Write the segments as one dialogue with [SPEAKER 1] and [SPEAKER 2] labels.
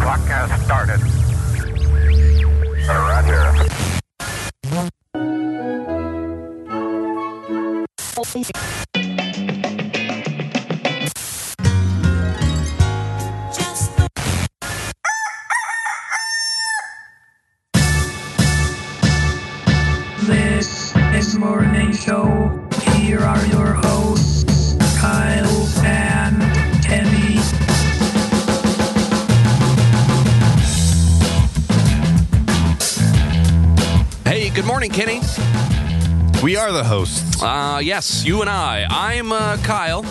[SPEAKER 1] broadcast started. Roger.
[SPEAKER 2] This is Morning Show. Here are your hosts, Kyle and Kenny.
[SPEAKER 3] Hey, good morning, Kenny.
[SPEAKER 4] We are the hosts.
[SPEAKER 3] Uh, yes, you and I. I'm uh, Kyle,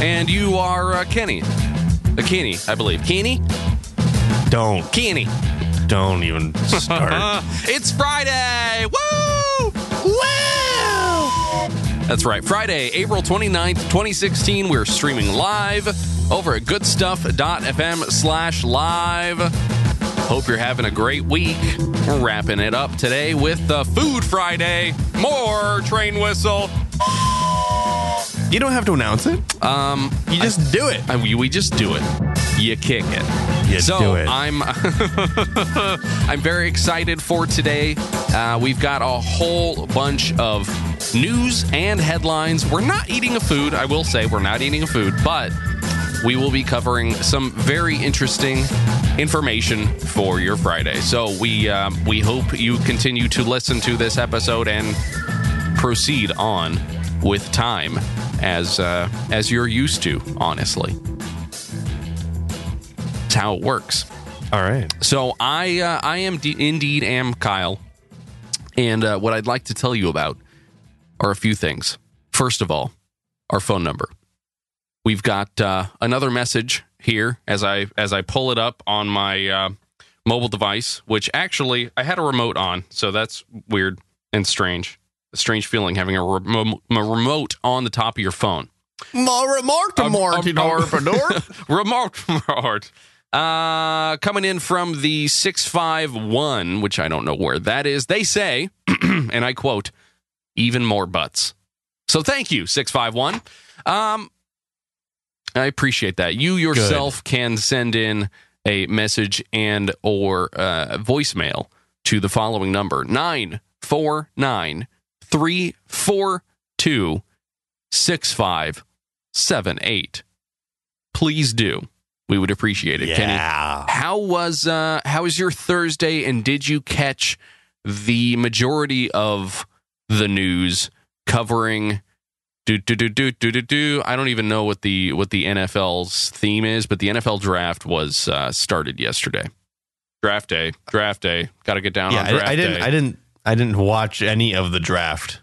[SPEAKER 3] and you are uh, Kenny. Uh, Kenny, I believe. Kenny?
[SPEAKER 4] Don't,
[SPEAKER 3] Kenny.
[SPEAKER 4] don't even start.
[SPEAKER 3] Uh, it's Friday! Woo! Woo! That's right. Friday, April 29th, 2016. We're streaming live over at goodstuff.fm slash live. Hope you're having a great week. We're wrapping it up today with the Food Friday. More train whistle.
[SPEAKER 4] you don't have to announce it.
[SPEAKER 3] Um,
[SPEAKER 4] You just do it.
[SPEAKER 3] I, we just do it. You kick it.
[SPEAKER 4] You
[SPEAKER 3] so
[SPEAKER 4] do it.
[SPEAKER 3] I'm I'm very excited for today. Uh, we've got a whole bunch of news and headlines. We're not eating a food. I will say we're not eating a food, but we will be covering some very interesting information for your Friday. So we um, we hope you continue to listen to this episode and proceed on with time as uh, as you're used to. Honestly, it's how it works.
[SPEAKER 4] All right.
[SPEAKER 3] So I uh, I am d- indeed am Kyle, and uh, what I'd like to tell you about are a few things. First of all, our phone number. We've got uh, another message here as I as I pull it up on my uh, mobile device, which actually I had a remote on, so that's weird and strange. A strange feeling having a, remo- a remote on the top of your phone.
[SPEAKER 4] More remark to
[SPEAKER 3] Remark from Art. Uh, coming in from the 651, which I don't know where that is. They say, and I quote, even more butts. So thank you, 651. Um, I appreciate that. You yourself can send in a message and or uh, voicemail to the following number 949 342 6578 please do. We would appreciate it, Kenny.
[SPEAKER 4] Yeah.
[SPEAKER 3] How was uh how was your Thursday and did you catch the majority of the news covering do do do do do do do I don't even know what the what the NFL's theme is, but the NFL draft was uh started yesterday. Draft day, draft day. Got to get down
[SPEAKER 4] Yeah.
[SPEAKER 3] on
[SPEAKER 4] I,
[SPEAKER 3] draft
[SPEAKER 4] I didn't.
[SPEAKER 3] day.
[SPEAKER 4] I didn't. I didn't watch any of the draft.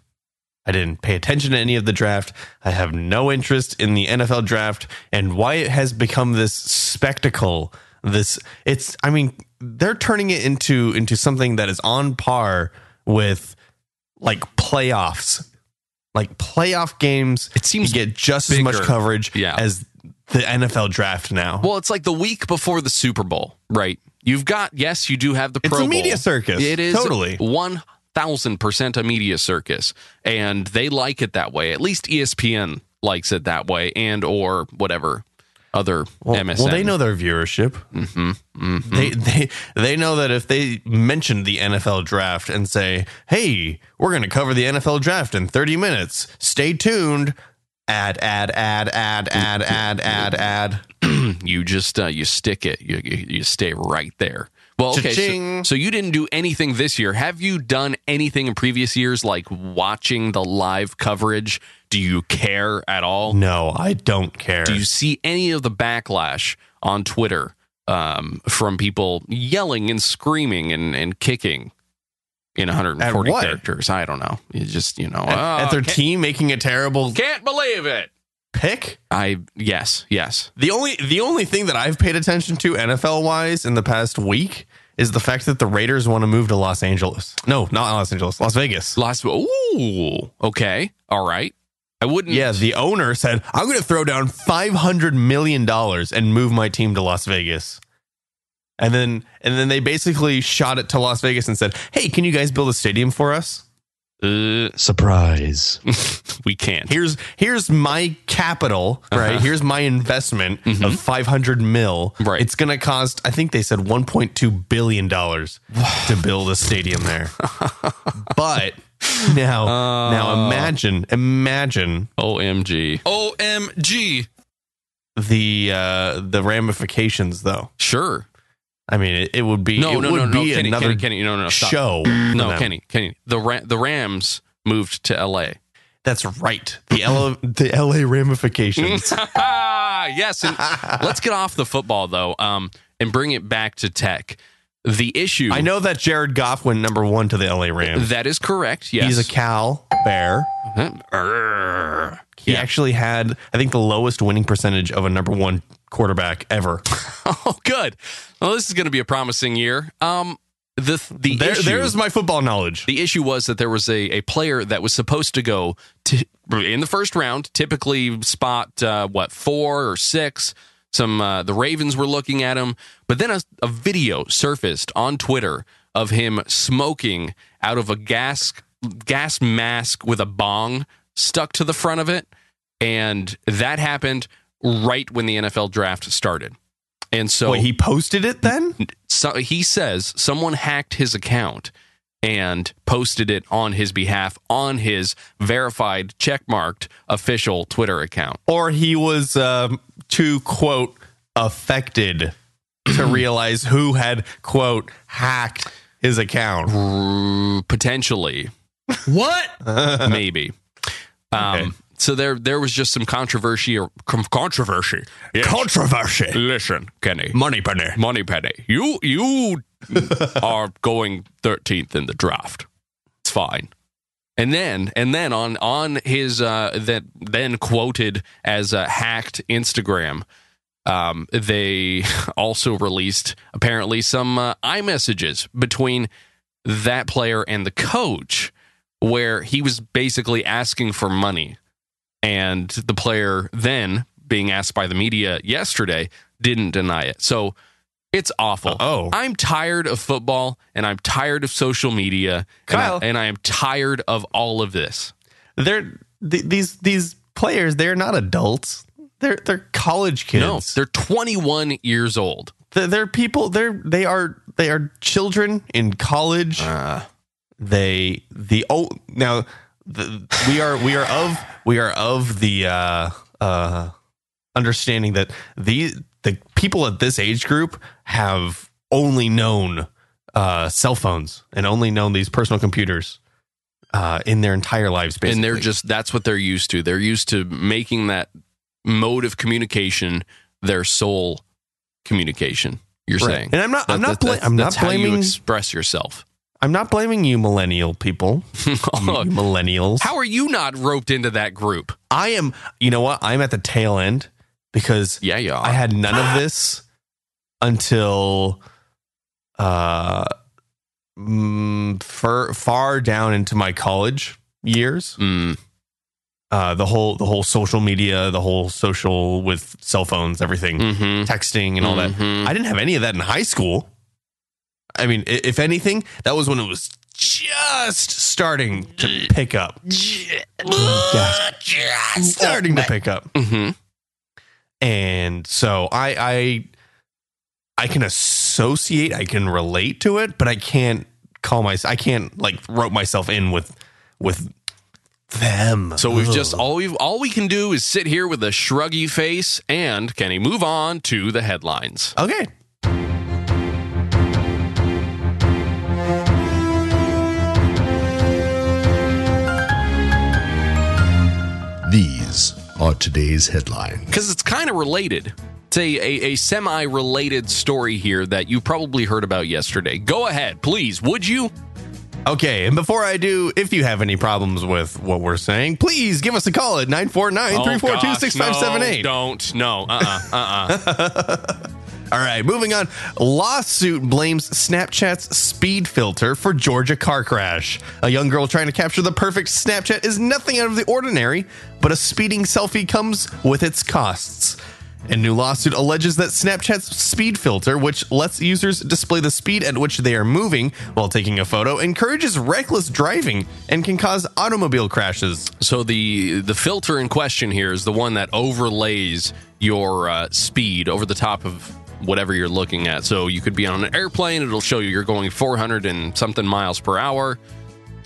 [SPEAKER 4] I didn't pay attention to any of the draft. I have no interest in the NFL draft and why it has become this spectacle. This it's. I mean, they're turning it into into something that is on par with like playoffs. Like playoff games,
[SPEAKER 3] It seems
[SPEAKER 4] get just as
[SPEAKER 3] bigger.
[SPEAKER 4] much coverage
[SPEAKER 3] Yeah.
[SPEAKER 4] as the NFL draft now.
[SPEAKER 3] Well, it's like the week before the Super Bowl, right? You've got yes, you do have the
[SPEAKER 4] It's
[SPEAKER 3] Pro
[SPEAKER 4] a media
[SPEAKER 3] Bowl.
[SPEAKER 4] circus.
[SPEAKER 3] It is
[SPEAKER 4] Totally.
[SPEAKER 3] one thousand percent a media circus, and they like it that way. At least E ESPN likes it that way, and or whatever other
[SPEAKER 4] Well,
[SPEAKER 3] MSN.
[SPEAKER 4] well, they know their viewership.
[SPEAKER 3] Mhm, mhm.
[SPEAKER 4] They they they know that if they mention the NFL draft and say, "Hey, we're going to cover the NFL draft in 30 minutes. Stay tuned." Ad ad ad ad ad ad ad ad.
[SPEAKER 3] you just uh, you stick it. You you, you stay right there. Well, okay. So,
[SPEAKER 4] Cha-ching.
[SPEAKER 3] so you didn't do anything this year. Have you done anything in previous years, like watching the live coverage? Do you care at all?
[SPEAKER 4] No, I don't care.
[SPEAKER 3] Do you see any of the backlash on Twitter um, from people yelling and screaming and, and kicking in 140
[SPEAKER 4] At what?
[SPEAKER 3] characters? I don't know. You just, you know,
[SPEAKER 4] at,
[SPEAKER 3] "Oh,
[SPEAKER 4] at their
[SPEAKER 3] can't,
[SPEAKER 4] team making a terrible
[SPEAKER 3] can't believe it.
[SPEAKER 4] pick?
[SPEAKER 3] I, yes, yes.
[SPEAKER 4] The only the only thing that I've paid attention to NFL wise in the past week is the fact that the Raiders want to move to Los Angeles. No, not Los Angeles, Las Vegas.
[SPEAKER 3] Last, ooh, okay. All right. I wouldn't,
[SPEAKER 4] Yeah, the owner said, "I'm going to throw down 500 million dollars and move my team to Las Vegas." And then and then they basically shot it to Las Vegas and said, "Hey, can you guys build a stadium for us?"
[SPEAKER 3] Uh,
[SPEAKER 1] Surprise.
[SPEAKER 3] we can't.
[SPEAKER 4] Here's here's my capital, right? Here's my investment of 500 mil.
[SPEAKER 3] Right.
[SPEAKER 4] It's going to cost I think they said 1.2 billion dollars to build a stadium there. but now now imagine imagine
[SPEAKER 3] OMG.
[SPEAKER 1] OMG.
[SPEAKER 4] the uh the ramifications though.
[SPEAKER 3] Sure.
[SPEAKER 4] I mean, it, it would be
[SPEAKER 3] No,
[SPEAKER 4] it
[SPEAKER 3] no,
[SPEAKER 4] would
[SPEAKER 3] no, no.
[SPEAKER 4] be
[SPEAKER 3] Kenny,
[SPEAKER 4] another
[SPEAKER 3] Kenny, Kenny, no, no, no. Stop.
[SPEAKER 4] show.
[SPEAKER 3] No,
[SPEAKER 4] for them.
[SPEAKER 3] Kenny, Kenny. The Ra- the Rams moved to LA.
[SPEAKER 4] That's right. The L- the LA ramifications.
[SPEAKER 3] yes, and let's get off the football though, um, and bring it back to tech. The issue
[SPEAKER 4] I know that Jared Goff went number 1 to the LA Rams.
[SPEAKER 3] that is correct. Yes,
[SPEAKER 4] He's a Cal Bear.
[SPEAKER 3] Urgh.
[SPEAKER 4] He
[SPEAKER 3] Yeah.
[SPEAKER 4] actually had, I think, the lowest winning percentage of a number one quarterback ever.
[SPEAKER 3] Oh, good. Well, this is going to be a promising year. Um, the the
[SPEAKER 4] There,
[SPEAKER 3] issue,
[SPEAKER 4] there's my football knowledge.
[SPEAKER 3] the issue was that there was a, a player that was supposed to go to, in the first round, typically spot uh, what four or six. Some uh, the Ravens were looking at him, but then a, a video surfaced on Twitter of him smoking out of a gas gas mask with a bong stuck to the front of it, and that happened right when the NFL draft started. And so
[SPEAKER 4] Wait, he posted it then?
[SPEAKER 3] so he says someone hacked his account and posted it on his behalf on his verified checkmarked official Twitter account.
[SPEAKER 4] Or he was, um, to quote, affected to realize who had, quote, hacked his account.
[SPEAKER 3] R- Potentially,
[SPEAKER 1] What?
[SPEAKER 3] maybe. Um,
[SPEAKER 4] Okay.
[SPEAKER 3] So there, there was just some controversy or com- controversy.
[SPEAKER 4] Controversy.
[SPEAKER 3] Listen, Kenny,
[SPEAKER 4] Money penny.
[SPEAKER 3] Money Penny, you you are going thirteenth in the draft. It's fine. And then and then on on his uh, that then quoted as uh, hacked Instagram, um, they also released apparently some uh, iMessages between that player and the coach, where he was basically asking for money, and the player then being asked by the media yesterday didn't deny it. So it's awful.
[SPEAKER 4] Oh.
[SPEAKER 3] I'm tired of football and I'm tired of social media.
[SPEAKER 4] Kyle.
[SPEAKER 3] And I, and I am tired of all of this.
[SPEAKER 4] They're, th- these, these players, they're not adults. They're, they're college kids.
[SPEAKER 3] No, they're 21 years old.
[SPEAKER 4] they're, they're people they're they are they are children in college
[SPEAKER 3] Uh.
[SPEAKER 4] they the oh now the, we are we are of we are of the uh uh understanding that the the people at this age group have only known uh cell phones and only known these personal computers uh in their entire lives basically
[SPEAKER 3] And they're just, that's what they're used to. They're used to making that mode of communication their sole communication. You're
[SPEAKER 4] Right.
[SPEAKER 3] saying.
[SPEAKER 4] and i'm not i'm
[SPEAKER 3] That-
[SPEAKER 4] not
[SPEAKER 3] that-
[SPEAKER 4] bla-
[SPEAKER 3] that's-
[SPEAKER 4] i'm not
[SPEAKER 3] that's how you
[SPEAKER 4] blaming
[SPEAKER 3] express yourself.
[SPEAKER 4] i'm not blaming you millennial people you millennials
[SPEAKER 3] how are you not roped into that group?
[SPEAKER 4] I am, you know what? I'm at the tail end because
[SPEAKER 3] Yeah, you are.
[SPEAKER 4] I had none of this until uh, mm, far, far down into my college years.
[SPEAKER 3] Mm,
[SPEAKER 4] Uh, the whole, the whole social media, the whole social with cell phones, everything,
[SPEAKER 3] mhm,
[SPEAKER 4] texting, and all
[SPEAKER 3] mhm.
[SPEAKER 4] that. I didn't have any of that in high school. I mean, i- if anything, that was when it was just starting to pick up. Just starting to pick up
[SPEAKER 3] mhm.
[SPEAKER 4] and so I I I can associate, I can relate to it, but I can't call my I can't like rope myself in with with them.
[SPEAKER 3] So we've just
[SPEAKER 4] Ugh.
[SPEAKER 3] all we have all we can do is sit here with a shruggy face and Kenny move on to the headlines.
[SPEAKER 4] okay.
[SPEAKER 5] These are today's headlines.
[SPEAKER 3] because it's kind of related. It's a, a, a semi related story here that you probably heard about yesterday. Go ahead, please, would you?
[SPEAKER 4] Okay, and before I do, if you have any problems with what we're saying, please give us a call at 949-342-6578.
[SPEAKER 3] Don't. Oh, No. Uh uh-uh, uh.
[SPEAKER 4] All right, moving on. Lawsuit blames Snapchat's speed filter for Georgia car crash. A young girl trying to capture the perfect Snapchat is nothing out of the ordinary, but a speeding selfie comes with its costs. A new lawsuit alleges that Snapchat's speed filter, which lets users display the speed at which they are moving while taking a photo, encourages reckless driving and can cause automobile crashes.
[SPEAKER 3] So the the filter in question here is the one that overlays your uh, speed over the top of whatever you're looking at. So you could be on an airplane; it'll show you you're going 400 and something miles per hour.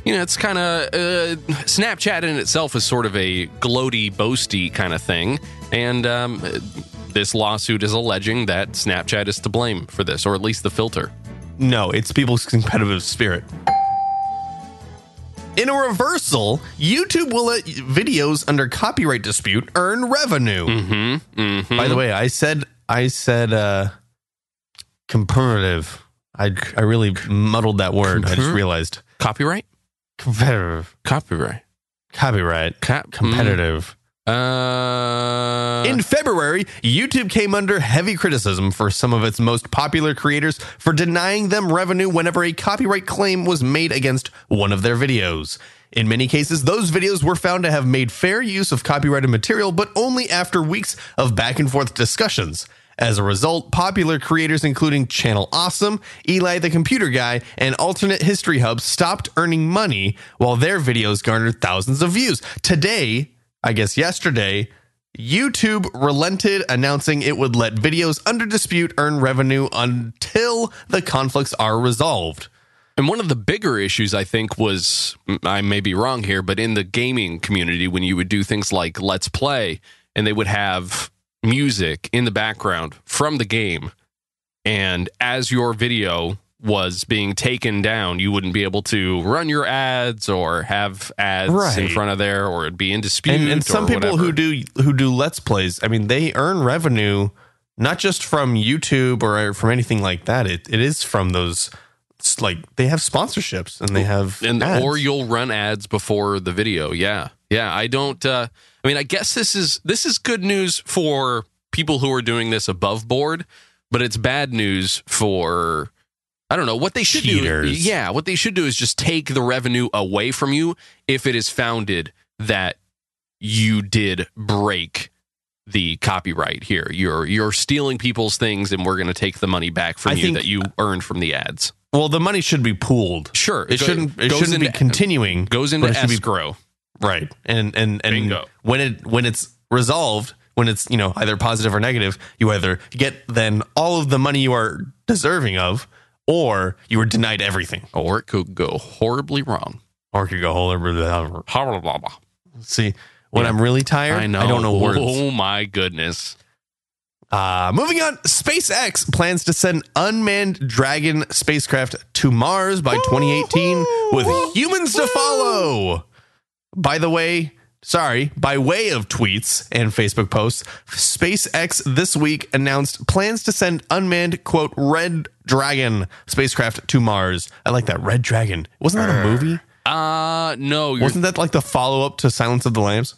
[SPEAKER 3] You know, it's kind of uh, Snapchat in itself is sort of a gloaty, boasty kind of thing, and um, this lawsuit is alleging that Snapchat is to blame for this, or at least the filter.
[SPEAKER 4] No, it's people's competitive spirit. In a reversal, YouTube will let videos under copyright dispute earn revenue.
[SPEAKER 3] Mm-hmm. Mm-hmm.
[SPEAKER 4] By the way, I said I said uh comparative. I I really muddled that word. I just
[SPEAKER 3] Compar-
[SPEAKER 4] realized.
[SPEAKER 3] copyright,
[SPEAKER 4] Competitive.
[SPEAKER 3] copyright,
[SPEAKER 4] Copyright.
[SPEAKER 3] Cap-
[SPEAKER 4] Competitive.
[SPEAKER 3] Uh,
[SPEAKER 4] In February, YouTube came under heavy criticism for some of its most popular creators for denying them revenue whenever a copyright claim was made against one of their videos. In many cases, those videos were found to have made fair use of copyrighted material, but only after weeks of back and forth discussions. As a result, popular creators including Channel Awesome, Eli the Computer Guy, and Alternate History Hub stopped earning money while their videos garnered thousands of views. Today, I guess yesterday, YouTube relented, announcing it would let videos under dispute earn revenue until the conflicts are resolved.
[SPEAKER 3] And one of the bigger issues, I think, was I may be wrong here, but in the gaming community, when you would do things like Let's Play and they would have music in the background from the game, and as your video was being taken down, you wouldn't be able to run your ads or have ads in
[SPEAKER 4] Right.
[SPEAKER 3] front of there, or it'd be in dispute.
[SPEAKER 4] And, and
[SPEAKER 3] or
[SPEAKER 4] some people
[SPEAKER 3] whatever.
[SPEAKER 4] who do who do let's plays, I mean, they earn revenue not just from YouTube or from anything like that. It it is from those it's like they have sponsorships and they have
[SPEAKER 3] and
[SPEAKER 4] ads.
[SPEAKER 3] or you'll run ads before the video yeah yeah i don't uh i mean i guess this is this is good news for people who are doing this above board but it's bad news for i don't know what they should do
[SPEAKER 4] Cheaters.
[SPEAKER 3] yeah what they should do is just take the revenue away from you if it is founded that you did break the copyright here you're you're stealing people's things and we're going to take the money back from
[SPEAKER 4] I
[SPEAKER 3] you
[SPEAKER 4] think-
[SPEAKER 3] that you earned from the ads
[SPEAKER 4] well, the money should be pooled.
[SPEAKER 3] sure
[SPEAKER 4] It
[SPEAKER 3] go-
[SPEAKER 4] shouldn't. It
[SPEAKER 3] goes
[SPEAKER 4] shouldn't be
[SPEAKER 3] into-
[SPEAKER 4] continuing.
[SPEAKER 3] goes into
[SPEAKER 4] but it should be
[SPEAKER 3] escrow
[SPEAKER 4] right and and and
[SPEAKER 3] Bingo.
[SPEAKER 4] when it when it's resolved when it's you know either positive or negative you either get then all of the money you are deserving of or you were denied everything
[SPEAKER 3] or it could go horribly wrong.
[SPEAKER 4] or it could go whole over the
[SPEAKER 3] Blah, blah, blah.
[SPEAKER 4] see when
[SPEAKER 3] Yeah.
[SPEAKER 4] i'm really tired
[SPEAKER 3] I know.
[SPEAKER 4] i don't know words
[SPEAKER 3] Oh my goodness.
[SPEAKER 4] Uh, moving on, SpaceX plans to send unmanned Dragon spacecraft to Mars by 2018 with humans to follow. By the way, sorry, by way of tweets and Facebook posts, SpaceX this week announced plans to send unmanned, quote, Red Dragon spacecraft to Mars. I like that. Red Dragon. Wasn't that a movie?
[SPEAKER 3] Uh no, you're
[SPEAKER 4] Wasn't that like the follow up to Silence of the Lambs?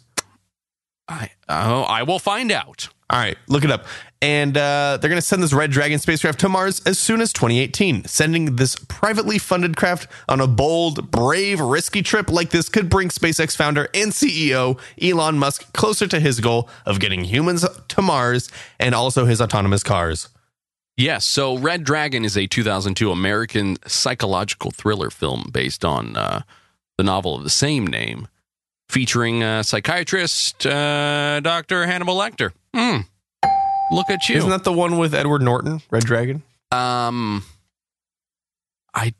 [SPEAKER 3] I, oh, I will find out.
[SPEAKER 4] All right, look it up. And uh, they're going to send this Red Dragon spacecraft to Mars as soon as 2018. Sending this privately funded craft on a bold, brave, risky trip like this could bring SpaceX founder and CEO Elon Musk closer to his goal of getting humans to Mars and also his autonomous cars.
[SPEAKER 3] Yes, so Red Dragon is a 2002 American psychological thriller film based on uh, the novel of the same name, featuring uh, psychiatrist uh, Dr. Hannibal Lecter. Hmm. Look at you.
[SPEAKER 4] Isn't that the one with Edward Norton, Red Dragon?
[SPEAKER 3] Um, I,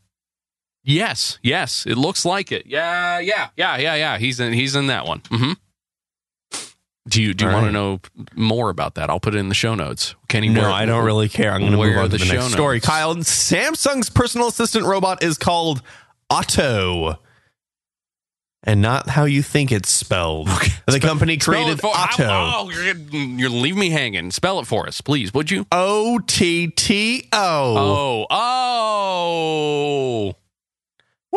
[SPEAKER 3] yes, yes, it looks like it. Yeah, yeah, yeah, yeah, yeah. He's in. He's in that one. hmm Do you do you
[SPEAKER 4] All
[SPEAKER 3] want to
[SPEAKER 4] right.
[SPEAKER 3] know more about that? I'll put it in the show notes. Kenny,
[SPEAKER 4] No,
[SPEAKER 3] where-
[SPEAKER 4] I don't really care. I'm going to
[SPEAKER 3] where
[SPEAKER 4] move
[SPEAKER 3] are
[SPEAKER 4] on to
[SPEAKER 3] the
[SPEAKER 4] the
[SPEAKER 3] show
[SPEAKER 4] next story.
[SPEAKER 3] notes?
[SPEAKER 4] Kyle, Samsung's personal assistant robot is called Otto. And not how you think it's spelled. The company
[SPEAKER 3] Spell it
[SPEAKER 4] created
[SPEAKER 3] for- I-
[SPEAKER 4] Otto.
[SPEAKER 3] oh, you're, you're leave me hanging. Spell it for us, please, would you?
[SPEAKER 4] O T T O.
[SPEAKER 3] Oh,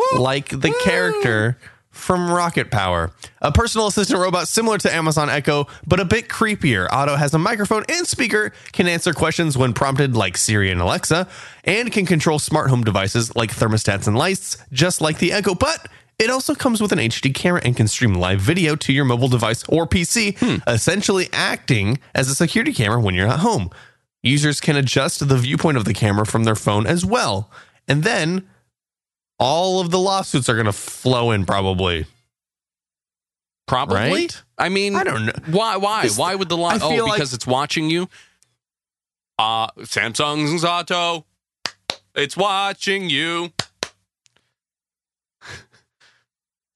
[SPEAKER 3] oh,
[SPEAKER 4] Like the character from Rocket Power. A personal assistant robot similar to Amazon Echo, but a bit creepier. Otto has a microphone and speaker, can answer questions when prompted, like Siri and Alexa, and can control smart home devices like thermostats and lights, just like the Echo, but It also comes with an HD camera and can stream live video to your mobile device or PC, essentially acting as a security camera when you're at home. Users can adjust the viewpoint of the camera from their phone as well. And then all of the lawsuits are going to flow in probably.
[SPEAKER 3] Probably.
[SPEAKER 4] Right?
[SPEAKER 3] I mean,
[SPEAKER 4] I don't know.
[SPEAKER 3] Why? Why?
[SPEAKER 4] This-
[SPEAKER 3] why would the
[SPEAKER 4] I
[SPEAKER 3] line?
[SPEAKER 4] feel
[SPEAKER 3] Oh,
[SPEAKER 4] like-
[SPEAKER 3] because it's watching you. Uh Samsung's auto. It's watching you.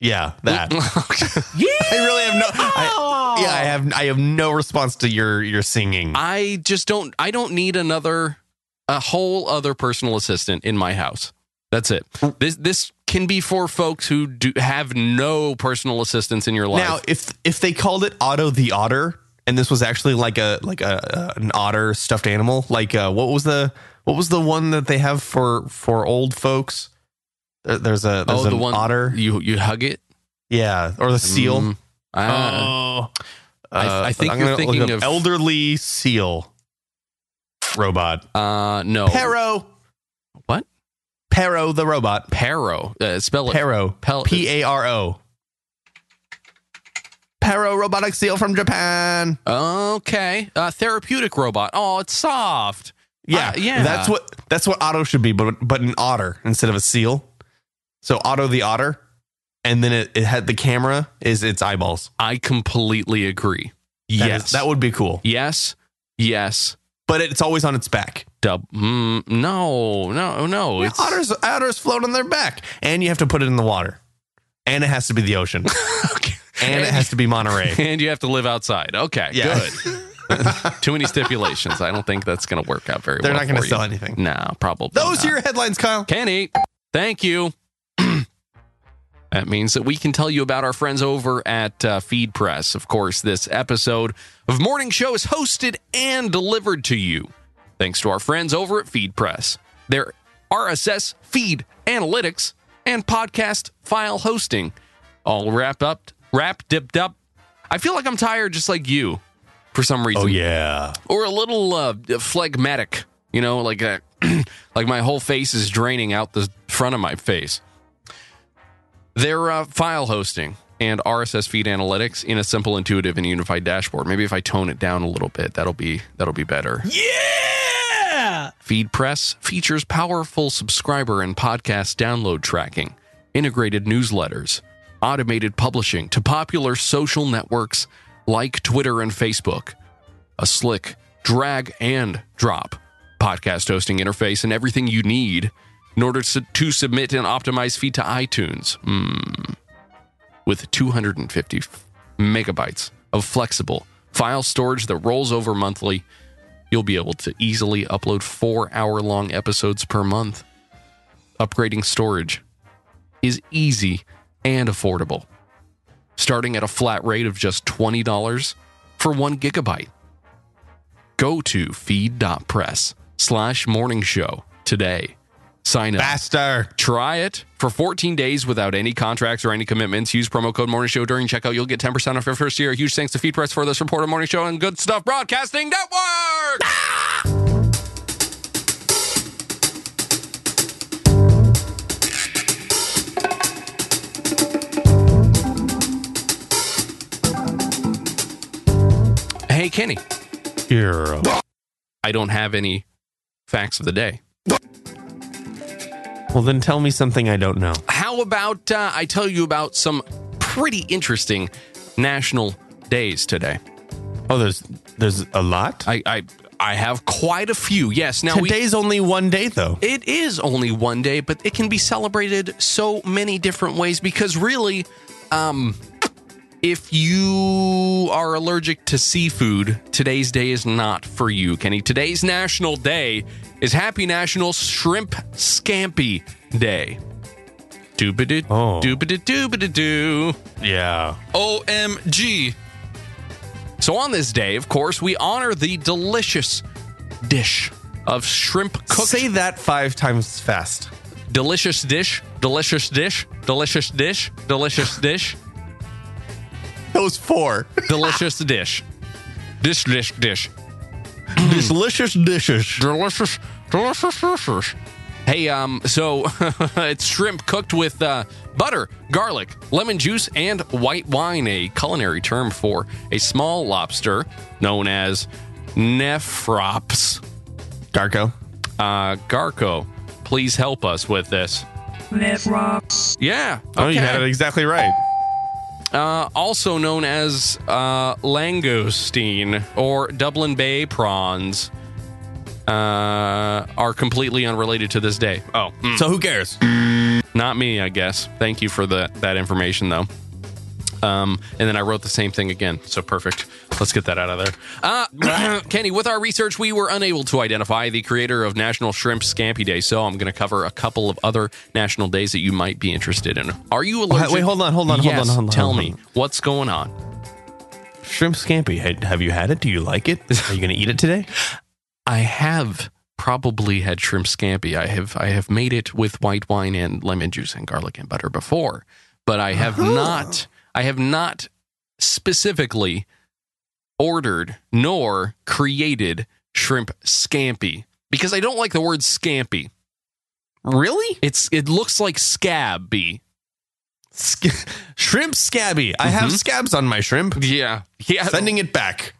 [SPEAKER 4] Yeah, that.
[SPEAKER 3] Okay.
[SPEAKER 4] I really have no I, Yeah, I have I have no response to your your singing.
[SPEAKER 3] I just don't. I don't need another, a whole other personal assistant in my house. That's it. This this can be for folks who do have no personal assistants in your life.
[SPEAKER 4] Now, if if they called it Otto the Otter, and this was actually like a like a, a an otter stuffed animal, like uh, what was the what was the one that they have for for old folks? There- There's a there's an otter,
[SPEAKER 3] Oh, you you hug it.
[SPEAKER 4] yeah, or the seal.
[SPEAKER 3] Mm. Ah.
[SPEAKER 4] oh,
[SPEAKER 3] I- I think you're thinking of-
[SPEAKER 4] elderly seal robot.
[SPEAKER 3] uh, no.
[SPEAKER 4] Pero
[SPEAKER 3] What?
[SPEAKER 4] Pero the robot.
[SPEAKER 3] Pero. Uh, spell it.
[SPEAKER 4] Pero
[SPEAKER 3] Pel-
[SPEAKER 4] P A R O. Pero robotic seal from Japan.
[SPEAKER 3] Okay. Uh, therapeutic robot. Oh, it's soft.
[SPEAKER 4] Yeah,
[SPEAKER 3] Uh, yeah.
[SPEAKER 4] That's what that's what Otto should be, but but an otter instead of a seal. So Otto the otter, and then it, it had the camera is its eyeballs.
[SPEAKER 3] I completely agree.
[SPEAKER 4] That
[SPEAKER 3] Yes.
[SPEAKER 4] is- that would be cool.
[SPEAKER 3] Yes. Yes.
[SPEAKER 4] But it's always on its back.
[SPEAKER 3] Dub. Mm, no. No. No.
[SPEAKER 4] Yeah,
[SPEAKER 3] It's,
[SPEAKER 4] otters otters float on their back, and you have to put it in the water, and it has to be the ocean,
[SPEAKER 3] Okay.
[SPEAKER 4] and it has to be Monterey.
[SPEAKER 3] and you have to live outside. Okay,
[SPEAKER 4] Yeah.
[SPEAKER 3] good. Too many stipulations. I don't think that's going to work out very
[SPEAKER 4] They're
[SPEAKER 3] well.
[SPEAKER 4] not going
[SPEAKER 3] for
[SPEAKER 4] to
[SPEAKER 3] you.
[SPEAKER 4] sell anything.
[SPEAKER 3] No, probably.
[SPEAKER 4] Those
[SPEAKER 3] not.
[SPEAKER 4] are your headlines, Kyle.
[SPEAKER 3] Kenny. Thank you. that means that we can tell you about our friends over at uh, Feed Press. Of course, this episode of Morning Show is hosted and delivered to you thanks to our friends over at Feed Press. Their RSS feed analytics and podcast file hosting all wrapped up, wrapped dipped up. I feel like I'm tired, just like you, for some reason
[SPEAKER 4] Oh yeah,
[SPEAKER 3] or a little uh, phlegmatic. You know, like a, like my whole face is draining out the front of my face. Their uh, file hosting and RSS feed analytics in a simple, intuitive, and unified dashboard. Maybe if I tone it down a little bit, that'll be that'll be better. FeedPress features powerful subscriber and podcast download tracking, integrated newsletters, automated publishing to popular social networks like Twitter and Facebook, a slick drag and drop podcast hosting interface, and everything you need in order to, to submit an optimized feed to iTunes. Hmm. With 250 megabytes of flexible file storage that rolls over monthly you'll be able to easily upload four hour long episodes per month. Upgrading storage is easy and affordable, starting at a flat rate of just $20 for one gigabyte. Go to feed.press slash morning show today. Sign up.
[SPEAKER 4] faster.
[SPEAKER 3] Try it for 14 days without any contracts or any commitments. Use promo code Morning Show during checkout. You'll get 10% off your first year. Huge thanks to Feed Press for this report on Morning Show and Good Stuff Broadcasting Network. Hey, Kenny,
[SPEAKER 4] Hero.
[SPEAKER 3] I don't have any facts of the day.
[SPEAKER 4] Well, then tell me something I don't know.
[SPEAKER 3] how about uh, I tell you about some pretty interesting national days today?
[SPEAKER 4] Oh, there's there's a lot.
[SPEAKER 3] I I, I have quite a few. Yes. Now we,
[SPEAKER 4] Today's only one day though.
[SPEAKER 3] it is only one day, but it can be celebrated so many different ways because really, um, if you are allergic to seafood, today's day is not for you, Kenny. Today's national day is Happy National Shrimp Scampi Day. Doobity
[SPEAKER 4] Oh.
[SPEAKER 3] doobity doobity doo.
[SPEAKER 4] Yeah.
[SPEAKER 1] OMG.
[SPEAKER 3] So on this day, of course, we honor the delicious dish of shrimp cooked.
[SPEAKER 4] Say that five times fast.
[SPEAKER 3] delicious dish, delicious dish, delicious dish, delicious dish,
[SPEAKER 4] Those four
[SPEAKER 3] delicious dish. Dish, dish, dish.
[SPEAKER 4] delicious dishes.
[SPEAKER 3] Delicious, delicious, delicious. Hey, um, so it's shrimp cooked with uh, butter, garlic, lemon juice, and white wine, a culinary term for a small lobster known as nephrops.
[SPEAKER 4] Darko.
[SPEAKER 3] Uh, Garco, please help us with this.
[SPEAKER 2] Nephrops.
[SPEAKER 3] Yeah.
[SPEAKER 4] Oh, you had it exactly right.
[SPEAKER 3] uh, also known as uh, langoustine or Dublin Bay prawns, uh, are completely unrelated to this day. Oh, mm,
[SPEAKER 4] So who cares?
[SPEAKER 3] not me, I guess. Thank you for the, that information, though. Um, and then I wrote the same thing again. So perfect. Let's get that out of there. Uh, Kenny, with our research, we were unable to identify the creator of National Shrimp Scampi Day. So I'm going to cover a couple of other national days that you might be interested in. Are you allergic?
[SPEAKER 4] wait, hold on, hold on, hold
[SPEAKER 3] Yes,
[SPEAKER 4] on, hold on,
[SPEAKER 3] Tell
[SPEAKER 4] hold
[SPEAKER 3] me
[SPEAKER 4] on.
[SPEAKER 3] what's going on.
[SPEAKER 4] Shrimp scampi. Ha- Have you had it? Do you like it? Are you going to eat it today?
[SPEAKER 3] I have probably had shrimp scampi. I have I have made it with white wine and lemon juice and garlic and butter before, but I have
[SPEAKER 4] Oh.
[SPEAKER 3] not I have not specifically ordered nor created shrimp scampi because I don't like the word scampi.
[SPEAKER 4] Really?
[SPEAKER 3] It's it looks like scabby.
[SPEAKER 4] Sc- shrimp scabby. I have
[SPEAKER 3] Mhm.
[SPEAKER 4] scabs on my shrimp.
[SPEAKER 3] Yeah. Yeah. Oh,
[SPEAKER 4] Sending it back.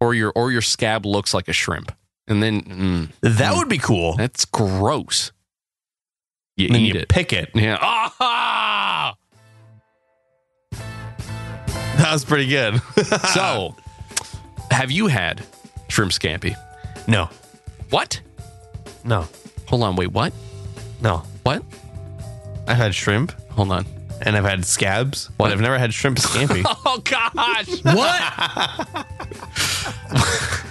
[SPEAKER 3] or your or your scab looks like a shrimp. And then mm,
[SPEAKER 4] That would be cool.
[SPEAKER 3] that's gross. You
[SPEAKER 4] And then
[SPEAKER 3] eat
[SPEAKER 4] you
[SPEAKER 3] it.
[SPEAKER 4] pick it.
[SPEAKER 3] Yeah. Ah!
[SPEAKER 4] That was pretty good.
[SPEAKER 3] So, have you had shrimp scampi?
[SPEAKER 4] no,
[SPEAKER 3] What?
[SPEAKER 4] no,
[SPEAKER 3] Hold on. Wait. What?
[SPEAKER 4] no.
[SPEAKER 3] What?
[SPEAKER 4] I've had shrimp
[SPEAKER 3] Hold on.
[SPEAKER 4] and I've had scabs,
[SPEAKER 3] What?
[SPEAKER 4] but I've never had shrimp scampi.
[SPEAKER 3] Oh gosh.
[SPEAKER 1] What?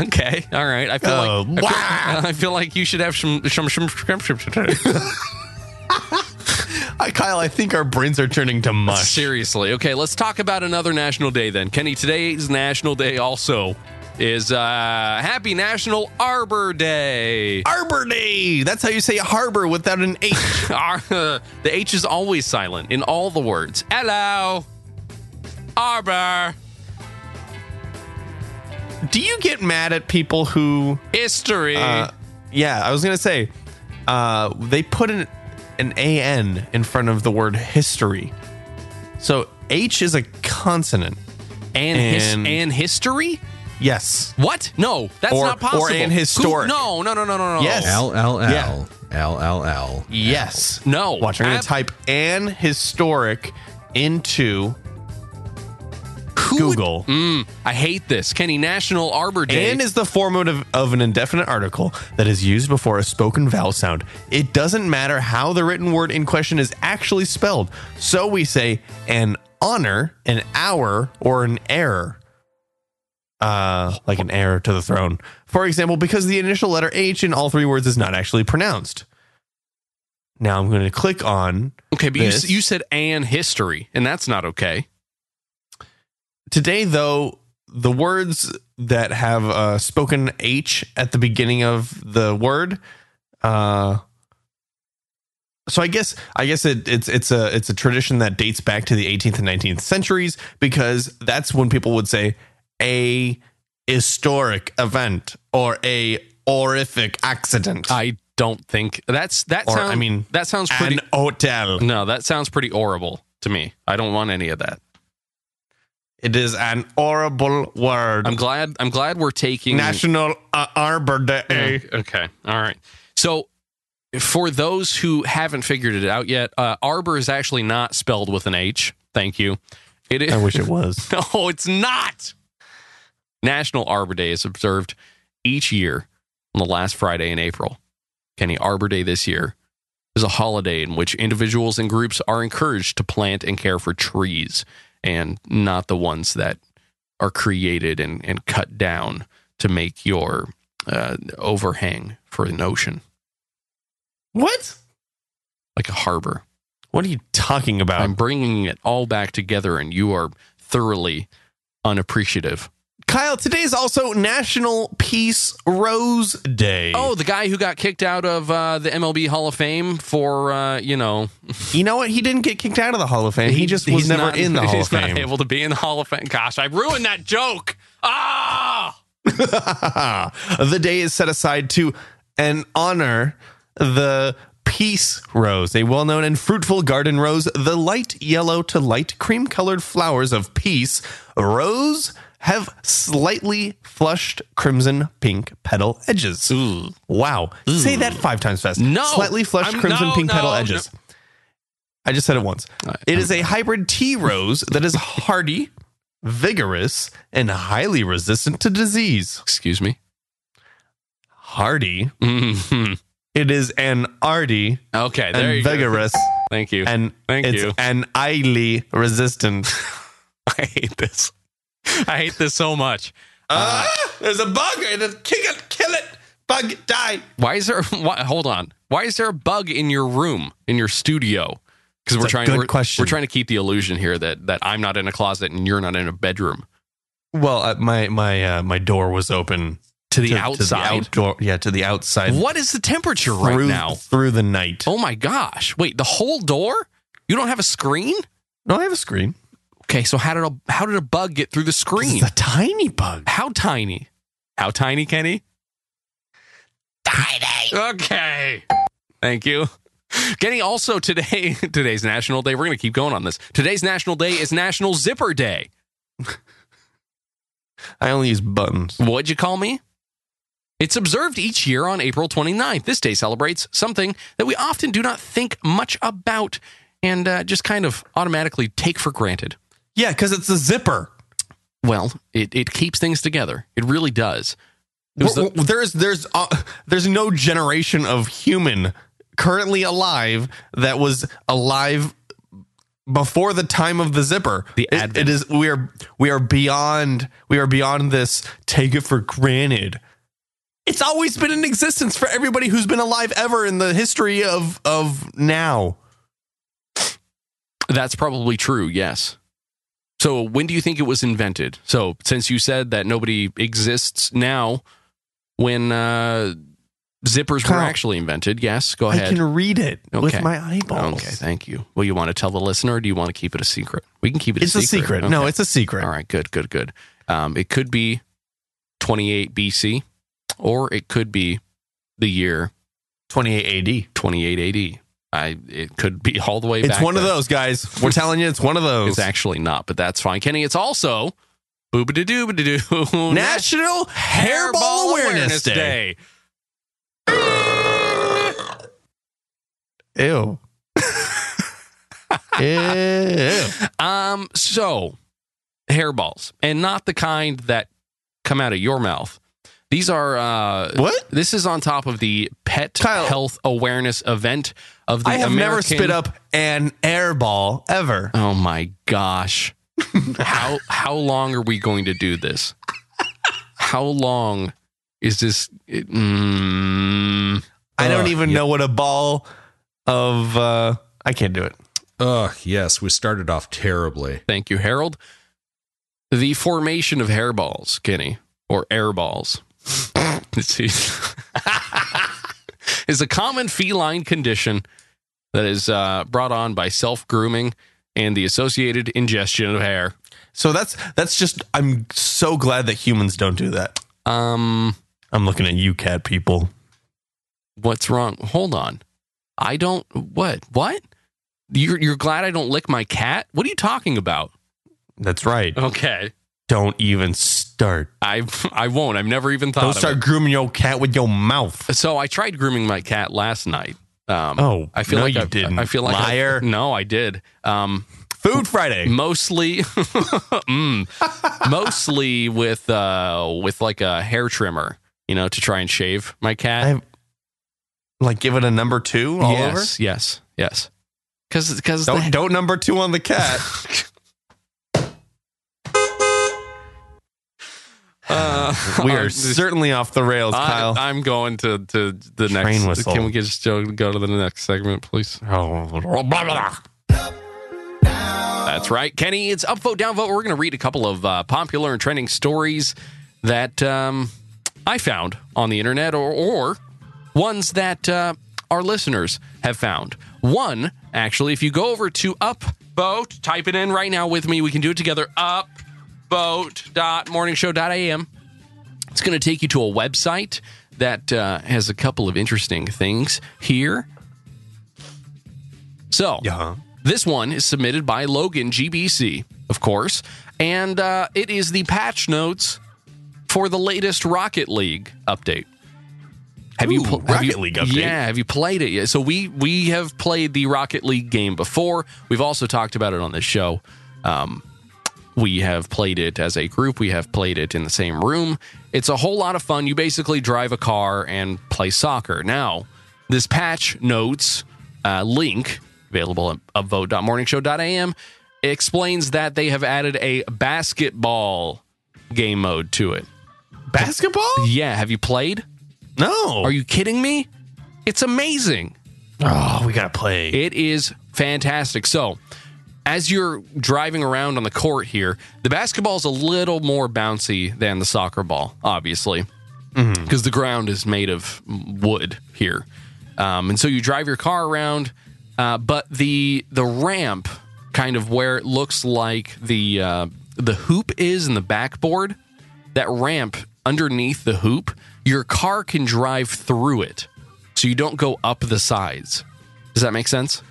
[SPEAKER 3] okay. All right. I feel
[SPEAKER 4] Oh,
[SPEAKER 3] like I feel, I feel like you should have some some some shrimp shrimp shrimp.
[SPEAKER 4] I, Uh, Kyle, I think our brains are turning to mush.
[SPEAKER 3] Seriously. Okay. Let's talk about another national day then. Kenny, today's national day also is uh happy National Arbor Day.
[SPEAKER 4] Arbor Day. That's how you say harbor without an H.
[SPEAKER 3] Ar- uh, the H is always silent in all the words. Hello. Arbor.
[SPEAKER 4] Do you get mad at people who?
[SPEAKER 3] History.
[SPEAKER 4] Uh, yeah, I was gonna say uh, they put an an a n in front of the word history. So H is a consonant.
[SPEAKER 3] and his,
[SPEAKER 4] And-
[SPEAKER 3] and history?
[SPEAKER 4] Yes.
[SPEAKER 3] What? No, that's
[SPEAKER 4] Or-
[SPEAKER 3] not possible.
[SPEAKER 4] or and historic.
[SPEAKER 3] Who- No, no, no, no, no, no.
[SPEAKER 4] Yes.
[SPEAKER 5] L L
[SPEAKER 4] Yeah.
[SPEAKER 5] L L L L.
[SPEAKER 4] Yes.
[SPEAKER 3] No.
[SPEAKER 4] Watch. I'm gonna
[SPEAKER 3] Ab-
[SPEAKER 4] type an historic into
[SPEAKER 3] Who would-
[SPEAKER 4] Google.
[SPEAKER 3] Mm, I hate this. Kenny National Arbor Day.
[SPEAKER 4] An is the formative of an indefinite article that is used before a spoken vowel sound. It doesn't matter how the written word in question is actually spelled. So we say an honor, an hour, or an error. Uh, like an heir to the throne. For example, because the initial letter H in all three words is not actually pronounced. Now I'm going to click on
[SPEAKER 3] okay, but you,
[SPEAKER 4] this.
[SPEAKER 3] s- you said and history, and that's not okay.
[SPEAKER 4] Today, though, the words that have uh, spoken H at the beginning of the word, uh, so I guess I guess it, it's it's a it's a tradition that dates back to the 18th and 19th centuries because that's when people would say a historic event or a horrific accident
[SPEAKER 3] I don't think that's that.
[SPEAKER 4] Or,
[SPEAKER 3] sound-
[SPEAKER 4] I mean,
[SPEAKER 3] that sounds pretty.
[SPEAKER 4] an hotel.
[SPEAKER 3] no, that sounds pretty horrible to me. I don't want any of that.
[SPEAKER 4] It is an horrible word.
[SPEAKER 3] I'm glad. I'm glad we're taking
[SPEAKER 4] National uh, Arbor Day.
[SPEAKER 3] Okay. okay. All right. So, for those who haven't figured it out yet, uh, arbor is actually not spelled with an H. Thank you. It is.
[SPEAKER 4] I wish it was.
[SPEAKER 3] No, it's not. National Arbor Day is observed each year on the last Friday in April. Kenny Arbor Day this year is a holiday in which individuals and groups are encouraged to plant and care for trees and not the ones that are created and, and cut down to make your uh, overhang for an ocean,
[SPEAKER 4] What?
[SPEAKER 3] like a harbor.
[SPEAKER 4] What are you talking about?
[SPEAKER 3] I'm bringing it all back together, and you are thoroughly unappreciative
[SPEAKER 4] Kyle, today is also National Peace Rose Day.
[SPEAKER 3] Oh, the guy who got kicked out of uh, the MLB Hall of Fame for uh, you know
[SPEAKER 4] you know what? He didn't get kicked out of the Hall of Fame. He, just was
[SPEAKER 3] he's
[SPEAKER 4] never
[SPEAKER 3] not-
[SPEAKER 4] in the Hall
[SPEAKER 3] he's
[SPEAKER 4] of Fame.
[SPEAKER 3] Not able to be in the Hall of Fame. Gosh, I ruined that joke. Ah,
[SPEAKER 4] the day is set aside to and honor the peace rose, a well known and fruitful garden rose, the light yellow to light cream colored flowers of peace rose have slightly flushed crimson pink petal edges. Wow. Say that five times fast.
[SPEAKER 3] No.
[SPEAKER 4] Slightly flushed
[SPEAKER 3] I'm-
[SPEAKER 4] crimson
[SPEAKER 3] no,
[SPEAKER 4] pink
[SPEAKER 3] no,
[SPEAKER 4] petal
[SPEAKER 3] no.
[SPEAKER 4] edges. I just said it once. It is a hybrid tea rose that is hardy, vigorous, and highly resistant to disease.
[SPEAKER 3] Excuse me.
[SPEAKER 4] Hardy.
[SPEAKER 3] Mhm.
[SPEAKER 4] It is an arty
[SPEAKER 3] Okay, there you
[SPEAKER 4] and
[SPEAKER 3] go.
[SPEAKER 4] vigorous
[SPEAKER 3] Thank you.
[SPEAKER 4] and
[SPEAKER 3] Thank
[SPEAKER 4] it's
[SPEAKER 3] you.
[SPEAKER 4] an highly resistant.
[SPEAKER 3] I hate this. I hate this so much.
[SPEAKER 4] Ah, there's a bug. It- Kick it, kill it. Bug, die.
[SPEAKER 3] Why is there? Why, hold on. Why is there a bug in your room in your studio? Because we're
[SPEAKER 4] a
[SPEAKER 3] trying.
[SPEAKER 4] good
[SPEAKER 3] we're,
[SPEAKER 4] question.
[SPEAKER 3] we're trying to keep the illusion here that that I'm not in a closet and you're not in a bedroom.
[SPEAKER 4] Well, uh, my my uh, my door was open
[SPEAKER 3] To the
[SPEAKER 4] To the
[SPEAKER 3] outside?
[SPEAKER 4] outdoor, yeah, to the outside.
[SPEAKER 3] What is the temperature
[SPEAKER 4] through,
[SPEAKER 3] right now?
[SPEAKER 4] through the night?
[SPEAKER 3] Oh my gosh! Wait, the whole door? You don't have a screen?
[SPEAKER 4] No, I have a screen.
[SPEAKER 3] Okay, so how did a how did a bug get through the screen?
[SPEAKER 4] It's a tiny bug.
[SPEAKER 3] How tiny? How tiny, Kenny? Tiny. Okay. Thank you. Kenny, also today, today's National Day. We're going to keep going on this. Today's National Day is National Zipper Day.
[SPEAKER 4] I only use buttons.
[SPEAKER 3] What'd you call me? It's observed each year on April 29th. This day celebrates something that we often do not think much about and uh, just kind of automatically take for granted.
[SPEAKER 4] Yeah, because it's a zipper.
[SPEAKER 3] Well, it, it keeps things together. It really does. It was
[SPEAKER 4] Wh- wh- there's there's uh, there's no generation of human currently alive that was alive before the time of the zipper.
[SPEAKER 3] The
[SPEAKER 4] It-
[SPEAKER 3] advent.
[SPEAKER 4] it is we are we are beyond we are beyond this take it for granted. It's always been in existence for everybody who's been alive ever in the history of of now.
[SPEAKER 3] That's probably true, yes. So, when do you think it was invented? So, since you said that nobody exists now, when uh, zippers were
[SPEAKER 4] Kyle,
[SPEAKER 3] actually invented, yes, go
[SPEAKER 4] I
[SPEAKER 3] ahead.
[SPEAKER 4] can read it with
[SPEAKER 3] Okay.
[SPEAKER 4] my eyeballs.
[SPEAKER 3] Okay, thank you. Well, you want to tell the listener or do you want to keep it a secret? We can keep it
[SPEAKER 4] It's a secret. No,
[SPEAKER 3] Okay.
[SPEAKER 4] it's a secret.
[SPEAKER 3] All right, good, good, good. Um, it could be 28 BC or it could be the year
[SPEAKER 4] 28 AD.
[SPEAKER 3] 28 AD. I, it could be all the way back.
[SPEAKER 4] It's one of
[SPEAKER 3] then.
[SPEAKER 4] those guys. We're telling you, it's one of those.
[SPEAKER 3] It's actually not, but that's fine. Kenny, it's also booba da dooba da doo
[SPEAKER 4] National Hairball Awareness Day. Ew. Ew.
[SPEAKER 3] Um, so hairballs, and not the kind that come out of your mouth. These are uh
[SPEAKER 4] What?
[SPEAKER 3] this is on top of the pet
[SPEAKER 4] Kyle.
[SPEAKER 3] health awareness event of the
[SPEAKER 4] I have never
[SPEAKER 3] American-
[SPEAKER 4] spit up an airball ever.
[SPEAKER 3] Oh my gosh. how how long are we going to do this? How long is this it- mm,
[SPEAKER 4] I don't
[SPEAKER 5] Ugh,
[SPEAKER 4] even
[SPEAKER 5] yeah.
[SPEAKER 4] know what a ball of. uh I can't do it.
[SPEAKER 5] Ugh, yes, we started off terribly.
[SPEAKER 3] Thank you, Harold. The formation of hairballs, Kenny, or airballs, is a common feline condition that is uh, brought on by self grooming and the associated ingestion of hair.
[SPEAKER 4] So that's that's just. I'm so glad that humans don't do that.
[SPEAKER 3] Um,
[SPEAKER 4] I'm looking at you, cat people.
[SPEAKER 3] what's wrong? Hold on. I don't. What? What? You're, you're glad I don't lick my cat? What are you talking about?
[SPEAKER 4] That's right.
[SPEAKER 3] Okay.
[SPEAKER 4] Don't even start.
[SPEAKER 3] I I won't. I've never even thought
[SPEAKER 4] Don't
[SPEAKER 3] of
[SPEAKER 4] start grooming your cat with your mouth.
[SPEAKER 3] it. So I tried grooming my cat last night. Um,
[SPEAKER 4] Oh,
[SPEAKER 3] I feel
[SPEAKER 4] no,
[SPEAKER 3] like
[SPEAKER 4] you
[SPEAKER 3] I,
[SPEAKER 4] didn't.
[SPEAKER 3] I feel like I-
[SPEAKER 4] liar.
[SPEAKER 3] no, I did. Um,
[SPEAKER 4] Food Friday.
[SPEAKER 3] mostly, mm, mostly with uh, with like a hair trimmer, you know, to try and shave my cat.
[SPEAKER 4] I've- Like give it a number two all over.
[SPEAKER 3] yes, yes, yes. Because because
[SPEAKER 4] Don't don't number two on the cat.
[SPEAKER 3] uh,
[SPEAKER 4] we are certainly off the rails, Kyle.
[SPEAKER 3] I, am going to to the next.
[SPEAKER 4] Train whistle.
[SPEAKER 3] Can we get just go, go to the next segment, please?
[SPEAKER 4] oh,
[SPEAKER 3] That's right, Kenny. It's upvote, downvote. We're going to read a couple of uh, popular and trending stories that um, I found on the internet, or, or ones that uh, our listeners have found. One, actually, if you go over to upvote, type it in right now with me. We can do it together. Upvote.morningshow.am. It's going to take you to a website that uh, has a couple of interesting things here. So,
[SPEAKER 4] Yeah.
[SPEAKER 3] this one is submitted by Logan GBC, of course, and uh, it is the patch notes for the latest Rocket League update. Have you pl-
[SPEAKER 4] Ooh,
[SPEAKER 3] have you-
[SPEAKER 4] Rocket League update.
[SPEAKER 3] Yeah, have you played it yet? So we we have played the Rocket League game before. We've also talked about it on this show. Um, we have played it as a group. We have played it in the same room. It's a whole lot of fun. You basically drive a car and play soccer. Now, this patch notes uh, link available at upvote.morningshow.am explains that they have added a basketball game mode to it.
[SPEAKER 4] Basketball?
[SPEAKER 3] Yeah, have you played?
[SPEAKER 4] No.
[SPEAKER 3] Are you kidding me? It's amazing.
[SPEAKER 4] Oh, we gotta play.
[SPEAKER 3] It is fantastic. So, as you're driving around on the court here, the basketball's a little more bouncy than the soccer ball, obviously, because the ground is made of wood here. Um, and so you drive your car around, uh, but the the ramp, kind of where it looks like the uh, the hoop is in the backboard, that ramp underneath the hoop, your car can drive through it, so you don't go up the sides. Does that make sense?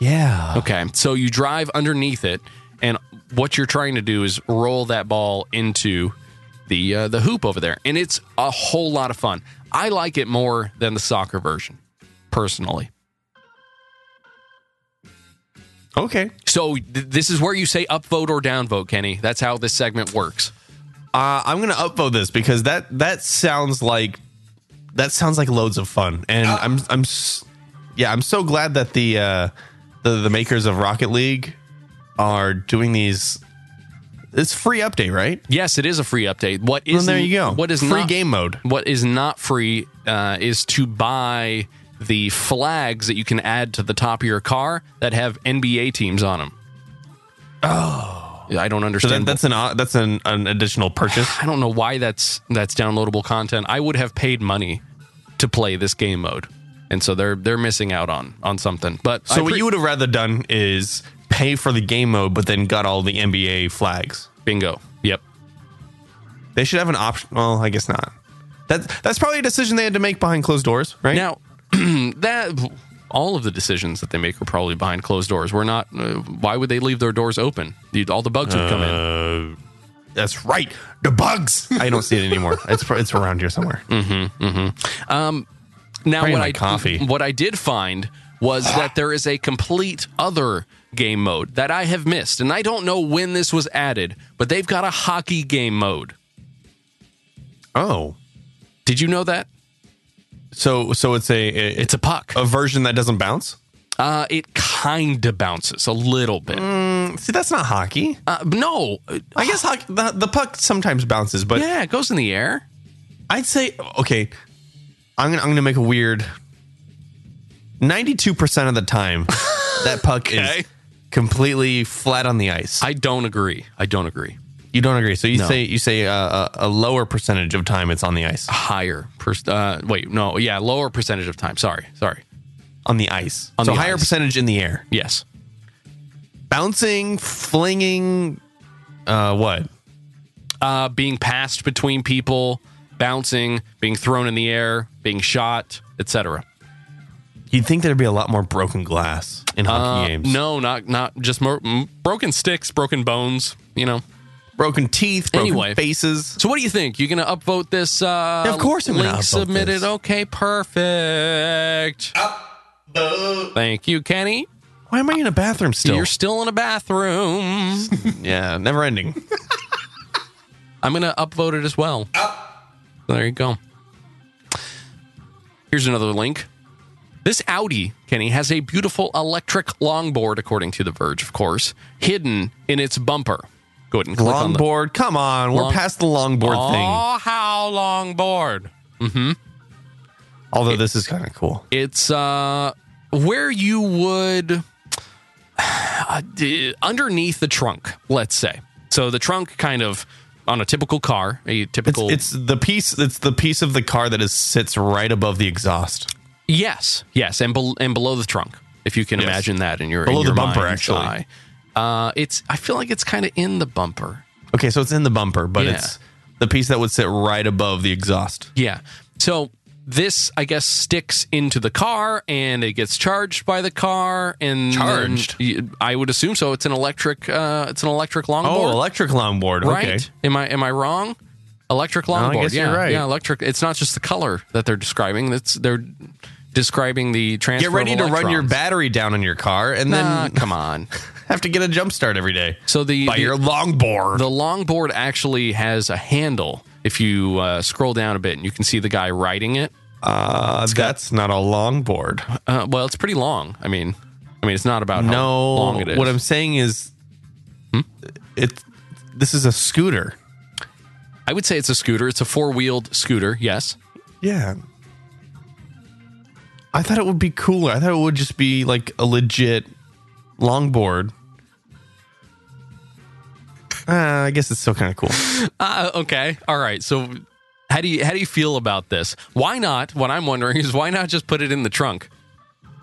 [SPEAKER 4] yeah.
[SPEAKER 3] Okay. So you drive underneath it, and what you're trying to do is roll that ball into the uh, the hoop over there, and it's a whole lot of fun. I like it more than the soccer version, personally.
[SPEAKER 4] Okay.
[SPEAKER 3] So th- this is where you say upvote or downvote, Kenny. That's how this segment works.
[SPEAKER 4] Uh, I'm gonna upvote this because that that sounds like that sounds like loads of fun, and I'm I'm s- yeah I'm so glad that the uh, the the makers of Rocket League are doing these. It's free update, right?
[SPEAKER 3] Yes, it is a free update. What is
[SPEAKER 4] Well, there you go.
[SPEAKER 3] What is
[SPEAKER 4] free
[SPEAKER 3] not-
[SPEAKER 4] game mode?
[SPEAKER 3] What is not free uh, is to buy the flags that you can add to the top of your car that have NBA teams on them. Oh, I don't
[SPEAKER 4] So that,
[SPEAKER 3] understand.
[SPEAKER 4] that's an uh, that's an, an additional purchase.
[SPEAKER 3] I don't know why that's that's downloadable content. I would have paid money to play this game mode, and so they're they're missing out on on something. But
[SPEAKER 4] So
[SPEAKER 3] I
[SPEAKER 4] what
[SPEAKER 3] pre-
[SPEAKER 4] you would have rather done is pay for the game mode, but then got all the NBA flags.
[SPEAKER 3] bingo. Yep.
[SPEAKER 4] They should have an option. Well, I guess not. That that's probably a decision they had to make behind closed doors, right?
[SPEAKER 3] Now that all of the decisions that they make are probably behind closed doors. We're not. Uh, why would they leave their doors open? You'd- All the bugs would come in.
[SPEAKER 4] That's right. The bugs. Mm. I don't see it anymore. It's it's around here somewhere.
[SPEAKER 3] Now,
[SPEAKER 4] Bring
[SPEAKER 3] what
[SPEAKER 4] my
[SPEAKER 3] I
[SPEAKER 4] coffee.
[SPEAKER 3] what I did find was that there is a complete other game mode that I have missed, and I don't know when this was added, but they've got a hockey game mode.
[SPEAKER 4] Oh,
[SPEAKER 3] Did you know that?
[SPEAKER 4] so so it's a it's
[SPEAKER 3] It's a puck.
[SPEAKER 4] a version that doesn't bounce.
[SPEAKER 3] Uh, it kind of bounces a little bit.
[SPEAKER 4] See, that's not hockey.
[SPEAKER 3] Uh, no,
[SPEAKER 4] I guess hockey, the, the puck sometimes bounces, but
[SPEAKER 3] yeah, it goes in the air.
[SPEAKER 4] I'd say okay. I'm gonna I'm gonna make a weird. Ninety two percent of the time, that puck
[SPEAKER 3] Okay.
[SPEAKER 4] is completely flat on the ice.
[SPEAKER 3] I don't agree. I don't agree.
[SPEAKER 4] you don't agree, so you
[SPEAKER 3] No.
[SPEAKER 4] say you say uh, a, a lower percentage of time it's on the ice.
[SPEAKER 3] Higher, per- uh, wait, no, yeah, lower percentage of time. Sorry, sorry.
[SPEAKER 4] On the ice,
[SPEAKER 3] On
[SPEAKER 4] so
[SPEAKER 3] the
[SPEAKER 4] higher
[SPEAKER 3] ice.
[SPEAKER 4] percentage in the air.
[SPEAKER 3] Yes,
[SPEAKER 4] bouncing, flinging, uh, what?
[SPEAKER 3] uh, being passed between people, bouncing, being thrown in the air, being shot, etc.
[SPEAKER 4] You'd think there'd be a lot more broken glass in hockey
[SPEAKER 3] Uh,
[SPEAKER 4] games.
[SPEAKER 3] No, not not just mo- m- broken sticks, broken bones. You know.
[SPEAKER 4] broken teeth, broken
[SPEAKER 3] Anyway.
[SPEAKER 4] faces.
[SPEAKER 3] So what do you think? You gonna upvote this? Uh,
[SPEAKER 4] Of course I'm gonna
[SPEAKER 3] link
[SPEAKER 4] upvote
[SPEAKER 3] submitted.
[SPEAKER 4] this.
[SPEAKER 3] Okay, perfect. Thank you, Kenny.
[SPEAKER 4] Why am I in a bathroom still?
[SPEAKER 3] You're still in a bathroom.
[SPEAKER 4] yeah, never ending.
[SPEAKER 3] I'm gonna upvote it as well. There you go. Here's another link. This Audi, Kenny, has a beautiful electric longboard, according to The Verge, of course, hidden in its bumper. Go ahead and click on the
[SPEAKER 4] longboard, come on, we're
[SPEAKER 3] Long-
[SPEAKER 4] past the longboard thing.
[SPEAKER 3] Oh, how long board?
[SPEAKER 4] Although this is kind of cool.
[SPEAKER 3] It's uh where you would uh, d- underneath the trunk, let's say. So the trunk kind of on a typical car, a
[SPEAKER 4] It's,
[SPEAKER 3] typical
[SPEAKER 4] it's the piece. It's the piece of the car that is sits right above the exhaust.
[SPEAKER 3] Yes, yes, and bel and below the trunk, if you can
[SPEAKER 4] Yes.
[SPEAKER 3] imagine that in your
[SPEAKER 4] Below
[SPEAKER 3] in
[SPEAKER 4] the
[SPEAKER 3] your
[SPEAKER 4] bumper,
[SPEAKER 3] mind's
[SPEAKER 4] actually.
[SPEAKER 3] eye. Uh, it's I feel like it's kind of in the bumper.
[SPEAKER 4] Okay, so it's in the bumper, but
[SPEAKER 3] Yeah.
[SPEAKER 4] it's the piece that would sit right above the exhaust.
[SPEAKER 3] Yeah. So this, I guess, sticks into the car and it gets charged by the car and then-
[SPEAKER 4] Charged?
[SPEAKER 3] Y- I would assume so. It's an electric. Uh, it's an electric
[SPEAKER 4] Oh,
[SPEAKER 3] longboard,
[SPEAKER 4] electric longboard.
[SPEAKER 3] right?
[SPEAKER 4] Okay.
[SPEAKER 3] Am I am I wrong? Electric longboard.
[SPEAKER 4] guess
[SPEAKER 3] yeah,
[SPEAKER 4] you're right.
[SPEAKER 3] yeah. Electric. It's not just the color that they're describing. It's they're describing the transfer.
[SPEAKER 4] Get
[SPEAKER 3] of
[SPEAKER 4] ready to run your
[SPEAKER 3] electrons.
[SPEAKER 4] battery down on your car and
[SPEAKER 3] Nah,
[SPEAKER 4] then
[SPEAKER 3] come on.
[SPEAKER 4] have to get a jump start every day.
[SPEAKER 3] So the
[SPEAKER 4] By
[SPEAKER 3] the-
[SPEAKER 4] your longboard.
[SPEAKER 3] The longboard actually has a handle. If you uh, scroll down a bit, and you can see the guy riding it.
[SPEAKER 4] uh, that's not a longboard.
[SPEAKER 3] Uh, well, it's pretty long. I mean, I mean, it's not about how
[SPEAKER 4] No,
[SPEAKER 3] long it is. Hmm?
[SPEAKER 4] what I'm saying is, it. This is a scooter.
[SPEAKER 3] I would say it's a scooter. It's a four wheeled scooter. Yes.
[SPEAKER 4] Yeah. I thought it would be cooler. I thought it would just be like a legit longboard. Uh, I guess it's still kind of cool.
[SPEAKER 3] Uh, okay. All right. So, how do you how do you feel about this? Why not? What I'm wondering is why not just put it in the trunk?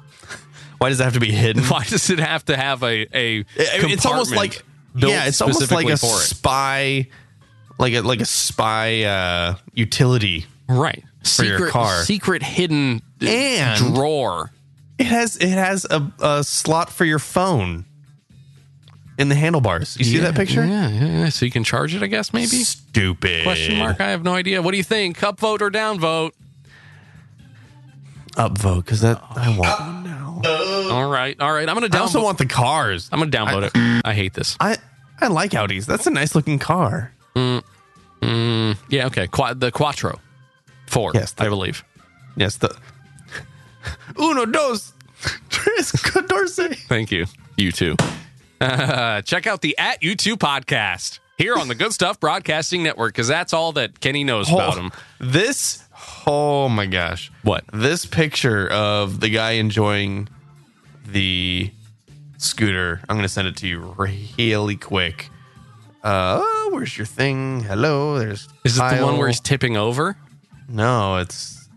[SPEAKER 4] Why does it have to be hidden?
[SPEAKER 3] Why does it have to have a a?
[SPEAKER 4] I mean, it's almost like
[SPEAKER 3] compartment built
[SPEAKER 4] yeah, it's almost like
[SPEAKER 3] specifically
[SPEAKER 4] a
[SPEAKER 3] for it?
[SPEAKER 4] spy, like a like a spy uh, utility.
[SPEAKER 3] right
[SPEAKER 4] your
[SPEAKER 3] secret
[SPEAKER 4] car.
[SPEAKER 3] secret hidden uh,
[SPEAKER 4] And-
[SPEAKER 3] drawer.
[SPEAKER 4] It has it has a, a slot for your phone in the handlebars. You see that picture?
[SPEAKER 3] Yeah, yeah, yeah. So you can charge it, I guess. Maybe
[SPEAKER 4] Stupid
[SPEAKER 3] question mark. I have no idea. What do you think? Upvote or downvote?
[SPEAKER 4] upvote because that I want.
[SPEAKER 3] Oh,
[SPEAKER 4] one now.
[SPEAKER 3] All right, all right. I'm gonna
[SPEAKER 4] I also
[SPEAKER 3] downvote.
[SPEAKER 4] want the cars.
[SPEAKER 3] I'm gonna downvote it. I hate this.
[SPEAKER 4] I I like Audis. That's a nice looking car.
[SPEAKER 3] Yeah, okay. Qua- the Quattro, four.
[SPEAKER 4] Yes,
[SPEAKER 3] I
[SPEAKER 4] the-
[SPEAKER 3] believe.
[SPEAKER 4] Yes, the uno dos tres catorce.
[SPEAKER 3] Thank you. You too. Uh, check out the at you two podcast here on the Good Stuff Broadcasting Network because that's all that Kenny knows about him.
[SPEAKER 4] This, oh my gosh.
[SPEAKER 3] What?
[SPEAKER 4] This picture of the guy enjoying the scooter. I'm going to send it to you really quick. Uh, where's your thing? Hello, there's.
[SPEAKER 3] Is it the
[SPEAKER 4] Kyle.
[SPEAKER 3] one where he's tipping over?
[SPEAKER 4] No, it's.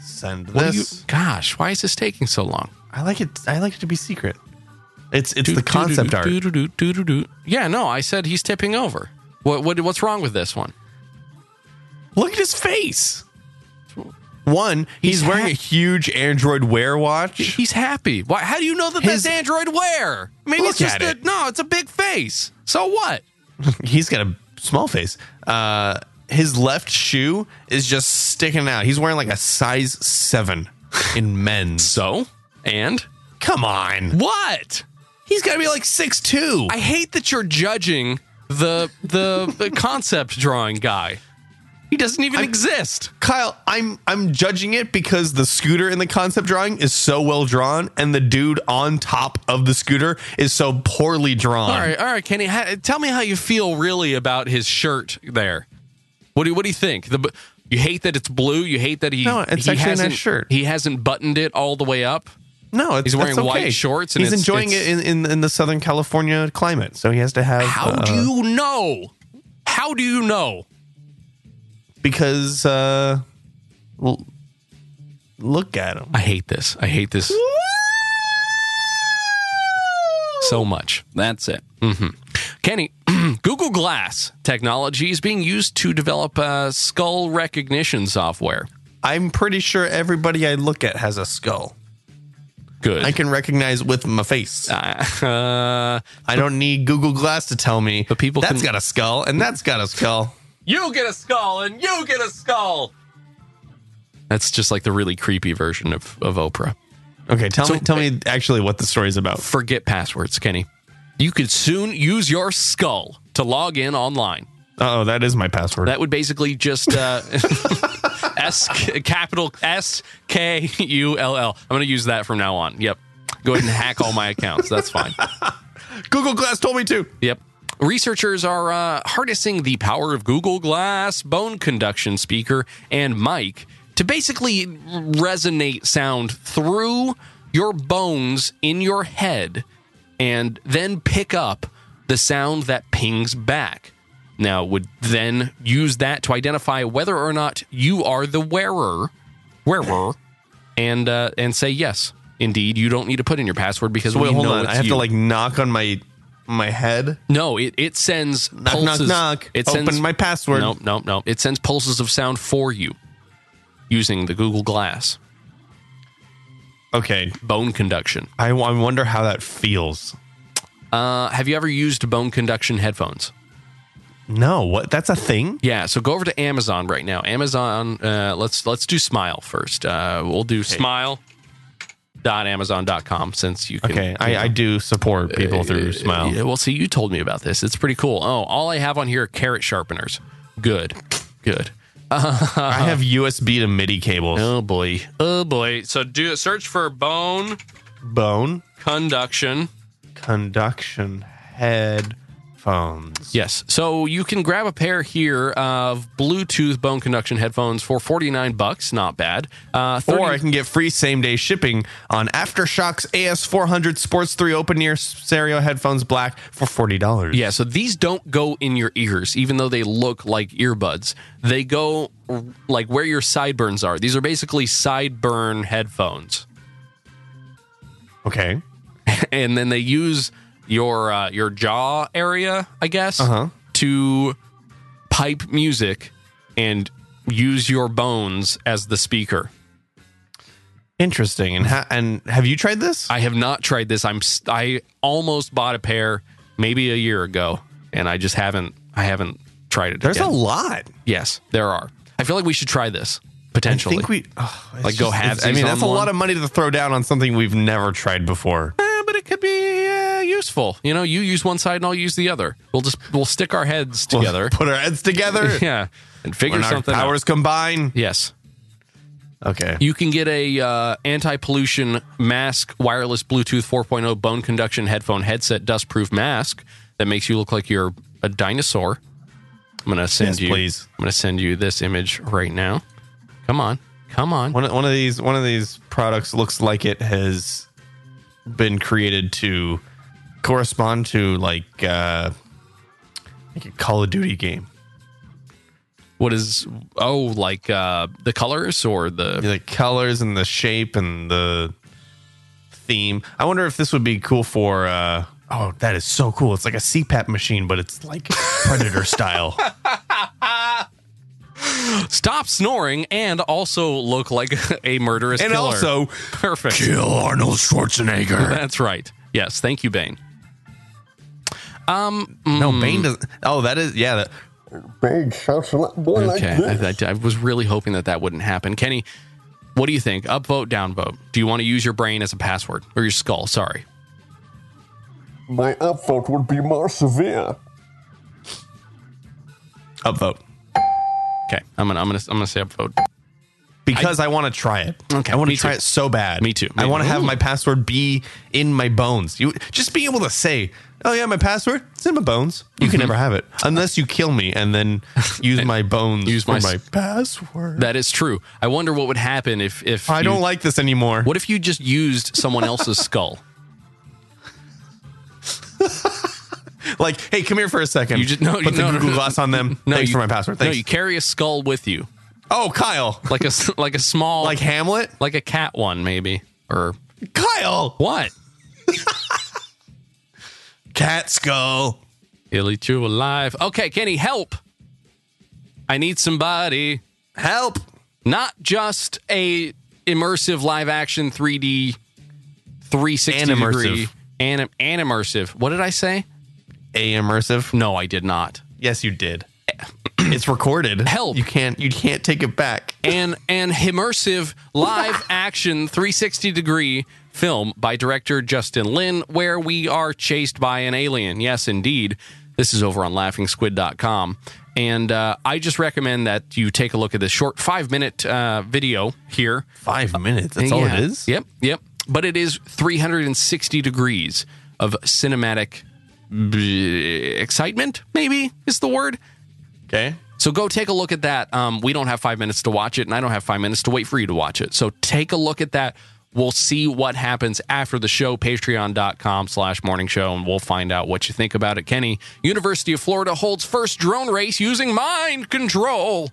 [SPEAKER 4] Send
[SPEAKER 3] What do you,
[SPEAKER 4] this.
[SPEAKER 3] gosh, why is this taking so long?
[SPEAKER 4] I like it. I like it to be secret. It's it's
[SPEAKER 3] Do- do- do-
[SPEAKER 4] the concept
[SPEAKER 3] do-
[SPEAKER 4] art.
[SPEAKER 3] do- do- do- do- do. Yeah, no, I said he's tipping over. What, what what's wrong with this one?
[SPEAKER 4] Look at his face. One, he's,
[SPEAKER 3] He's
[SPEAKER 4] wearing
[SPEAKER 3] ha-
[SPEAKER 4] a huge Android Wear watch.
[SPEAKER 3] He's happy. Why? How do you know that
[SPEAKER 4] His-
[SPEAKER 3] that's Android Wear? Maybe
[SPEAKER 4] Look
[SPEAKER 3] it's just
[SPEAKER 4] at
[SPEAKER 3] a,
[SPEAKER 4] it.
[SPEAKER 3] no. It's a big face. So what?
[SPEAKER 4] he's got a small face. Uh, his left shoe is just sticking out. He's wearing like a size seven in men's.
[SPEAKER 3] So and
[SPEAKER 4] Come on,
[SPEAKER 3] what?
[SPEAKER 4] he's got to be like six two.
[SPEAKER 3] I hate that you're judging the the, the concept drawing guy. He doesn't even exist.
[SPEAKER 4] Kyle, I'm I'm judging it because the scooter in the concept drawing is so well drawn, and the dude on top of the scooter is so poorly drawn.
[SPEAKER 3] All right, all right, Kenny. Ha- tell me how you feel really about his shirt there. What do you, what do you think? The bu- you hate that it's blue. You hate that he
[SPEAKER 4] No, it's
[SPEAKER 3] he
[SPEAKER 4] actually a nice
[SPEAKER 3] hasn't,
[SPEAKER 4] shirt.
[SPEAKER 3] He hasn't buttoned it all the way up.
[SPEAKER 4] No, it's,
[SPEAKER 3] He's wearing
[SPEAKER 4] that's
[SPEAKER 3] white
[SPEAKER 4] okay.
[SPEAKER 3] shorts and
[SPEAKER 4] He's
[SPEAKER 3] it's-
[SPEAKER 4] enjoying
[SPEAKER 3] it's-
[SPEAKER 4] it in, in in the Southern California climate, so he has to have.
[SPEAKER 3] How
[SPEAKER 4] uh,
[SPEAKER 3] do you know? How do you know?
[SPEAKER 4] Because uh, well, look at him.
[SPEAKER 3] I hate this. I hate this so much. That's it. hmm Kenny, Google Glass technology is being used to develop uh, skull recognition software.
[SPEAKER 4] I'm pretty sure everybody I look at has a skull.
[SPEAKER 3] Good.
[SPEAKER 4] I can recognize with my face.
[SPEAKER 3] Ah, uh,
[SPEAKER 4] I don't need Google Glass to tell me.
[SPEAKER 3] But people
[SPEAKER 4] that's
[SPEAKER 3] can-
[SPEAKER 4] got a skull and that's got a skull.
[SPEAKER 3] you get a skull and you get a skull. That's just like the really creepy version of, of Oprah.
[SPEAKER 4] Okay, tell
[SPEAKER 3] So-
[SPEAKER 4] me, tell me actually what the story's about.
[SPEAKER 3] Forget passwords, Kenny. You could soon use your skull to log in online.
[SPEAKER 4] Oh, that is my password.
[SPEAKER 3] That would basically just uh, S capital S K U L L. I'm going to use that from now on. Yep. Go ahead and hack all my accounts. That's fine.
[SPEAKER 4] Google Glass told me to.
[SPEAKER 3] Yep. Researchers are uh, harnessing the power of Google Glass, bone conduction speaker, and mic to basically resonate sound through your bones in your head and then pick up the sound that pings back. Now, would then use that to identify whether or not you are the wearer, wearer, and uh, and say yes, indeed, you don't need to put in your password because
[SPEAKER 4] Wait,
[SPEAKER 3] we
[SPEAKER 4] hold
[SPEAKER 3] know
[SPEAKER 4] on.
[SPEAKER 3] it's
[SPEAKER 4] I have
[SPEAKER 3] you.
[SPEAKER 4] to like knock on my my head.
[SPEAKER 3] No, it, it sends
[SPEAKER 4] Knock, knock,
[SPEAKER 3] pulses.
[SPEAKER 4] knock.
[SPEAKER 3] It
[SPEAKER 4] Open
[SPEAKER 3] sends
[SPEAKER 4] my password.
[SPEAKER 3] No, no, no. It sends pulses of sound for you. using the Google Glass
[SPEAKER 4] Okay.
[SPEAKER 3] bone conduction.
[SPEAKER 4] I, w- I wonder how that feels.
[SPEAKER 3] Uh, have you ever used bone conduction headphones?
[SPEAKER 4] No, what? That's a thing?
[SPEAKER 3] Yeah, so go over to Amazon right now. Amazon, uh, let's let's do Smile first. Uh, we'll do smile. Dot amazon.com since you can
[SPEAKER 4] Okay. I, I do support people through Smile.
[SPEAKER 3] Yeah, well, see, you told me about this. It's pretty cool. Oh, all I have on here are carrot sharpeners. Good, good.
[SPEAKER 4] I have USB to MIDI cables.
[SPEAKER 3] Oh boy, oh boy. So do a search for bone
[SPEAKER 4] Bone
[SPEAKER 3] conduction.
[SPEAKER 4] conduction headphones.
[SPEAKER 3] Yes. So you can grab a pair here of Bluetooth bone conduction headphones for forty nine bucks. Not bad. Uh, 30
[SPEAKER 4] Or I can get free same day shipping on Aftershocks AS400 Sports 3 open ear stereo headphones black for $40.
[SPEAKER 3] Yeah, so these don't go in your ears, even though they look like earbuds. They go r- like where your sideburns are. These are basically sideburn headphones,
[SPEAKER 4] Okay.
[SPEAKER 3] and then they use your uh, your jaw area, I guess,
[SPEAKER 4] Uh-huh.
[SPEAKER 3] to pipe music and use your bones as the speaker.
[SPEAKER 4] Interesting. And ha- and have you tried this?
[SPEAKER 3] I have not tried this. I'm s- I almost bought a pair maybe a year ago, and I just haven't I haven't tried it.
[SPEAKER 4] There's
[SPEAKER 3] again.
[SPEAKER 4] a lot.
[SPEAKER 3] Yes, there are. I feel like we should try this
[SPEAKER 4] I
[SPEAKER 3] potentially.
[SPEAKER 4] think we oh, it's
[SPEAKER 3] Like, go
[SPEAKER 4] it's- I
[SPEAKER 3] halvesies
[SPEAKER 4] mean,
[SPEAKER 3] on
[SPEAKER 4] that's a
[SPEAKER 3] one?
[SPEAKER 4] lot of money to throw down on something we've never tried before.
[SPEAKER 3] Eh, but it could be uh, useful. You know, you use one side and I'll use the other. We'll just we'll stick our heads together.
[SPEAKER 4] Put our heads together.
[SPEAKER 3] yeah, and figure
[SPEAKER 4] When our
[SPEAKER 3] something out.
[SPEAKER 4] powers combine.
[SPEAKER 3] Yes,
[SPEAKER 4] Okay.
[SPEAKER 3] you can get a uh, anti-pollution mask, wireless Bluetooth 4.0 bone conduction headphone headset, dustproof mask that makes you look like you're a dinosaur. I'm gonna send
[SPEAKER 4] Yes,
[SPEAKER 3] you.
[SPEAKER 4] please.
[SPEAKER 3] I'm gonna send you this image right now. Come on, come on.
[SPEAKER 4] One of- one of these one of these products looks like it has been created to correspond to like uh like a Call of Duty game.
[SPEAKER 3] What is? Oh, like uh, the colors or the
[SPEAKER 4] The colors and the shape and the theme. I wonder if this would be cool for uh oh, that is so cool. It's like a CPAP machine, but it's like predator style.
[SPEAKER 3] stop snoring and also look like a murderous
[SPEAKER 4] And
[SPEAKER 3] killer.
[SPEAKER 4] also
[SPEAKER 3] perfect.
[SPEAKER 4] kill Arnold Schwarzenegger.
[SPEAKER 3] That's right. Yes, thank you, Bane. Mm-hmm.
[SPEAKER 4] No, Bane doesn't Oh, that is yeah, that,
[SPEAKER 6] big social boy
[SPEAKER 3] Okay,
[SPEAKER 6] like this.
[SPEAKER 3] I, I- I was really hoping that that wouldn't happen. Kenny, what do you think? Upvote, downvote. Do you want to use your brain as a password or your skull? Sorry.
[SPEAKER 6] My upvote would be more severe.
[SPEAKER 4] upvote.
[SPEAKER 3] Okay, I'm gonna I'm gonna I'm gonna say upvote.
[SPEAKER 4] because I, want to try it.
[SPEAKER 3] Okay,
[SPEAKER 4] I want
[SPEAKER 3] me
[SPEAKER 4] to try
[SPEAKER 3] too.
[SPEAKER 4] it so bad.
[SPEAKER 3] Me too.
[SPEAKER 4] I
[SPEAKER 3] Me-
[SPEAKER 4] want to have
[SPEAKER 3] Ooh.
[SPEAKER 4] my password be in my bones. You just being able to say, "Oh yeah, my password, it's in my bones." You
[SPEAKER 3] Mm-hmm.
[SPEAKER 4] can never have it unless you kill me and then use my bones.
[SPEAKER 3] use
[SPEAKER 4] for
[SPEAKER 3] my s-
[SPEAKER 4] password.
[SPEAKER 3] That is true. I wonder what would happen if if
[SPEAKER 4] I
[SPEAKER 3] you-
[SPEAKER 4] don't like this anymore.
[SPEAKER 3] What if you just used someone else's skull?
[SPEAKER 4] Like, hey, come here for a second.
[SPEAKER 3] You just no,
[SPEAKER 4] put the
[SPEAKER 3] no, no,
[SPEAKER 4] Google
[SPEAKER 3] no.
[SPEAKER 4] Glass on them. Thanks
[SPEAKER 3] you-
[SPEAKER 4] for my password.
[SPEAKER 3] No,
[SPEAKER 4] Thanks.
[SPEAKER 3] you carry a skull with you,
[SPEAKER 4] oh, Kyle,
[SPEAKER 3] like a s- like a small
[SPEAKER 4] like Hamlet.
[SPEAKER 3] like a cat one maybe or
[SPEAKER 4] Kyle,
[SPEAKER 3] what?
[SPEAKER 4] cat skull.
[SPEAKER 3] He'll eat you alive. Okay, Kenny, help. I need somebody.
[SPEAKER 4] Help.
[SPEAKER 3] Not just a immersive live action 3D 360
[SPEAKER 4] Animersive.
[SPEAKER 3] degree anim, animersive. What did I say?
[SPEAKER 4] A immersive.
[SPEAKER 3] No, I did not.
[SPEAKER 4] Yes, you did. it's recorded.
[SPEAKER 3] Help.
[SPEAKER 4] You can't. You can't take it back.
[SPEAKER 3] An an immersive live action 360 degree film by director Justin Lin where we are chased by an alien. Yes, indeed. This is over on laughingsquid.com. And uh, I just recommend that you take a look at this short five minute uh, video here.
[SPEAKER 4] Five minutes. That's all
[SPEAKER 3] Yeah.
[SPEAKER 4] it is.
[SPEAKER 3] Yep, yep. But it is 360 degrees of cinematic b- excitement, maybe is the word.
[SPEAKER 4] Okay.
[SPEAKER 3] So go take a look at that. Um, we don't have five minutes to watch it, and I don't have five minutes to wait for you to watch it. So take a look at that. We'll see what happens after the show, patreon.com slash morning show, and we'll find out what you think about it. Kenny, University of Florida holds first drone race using mind control.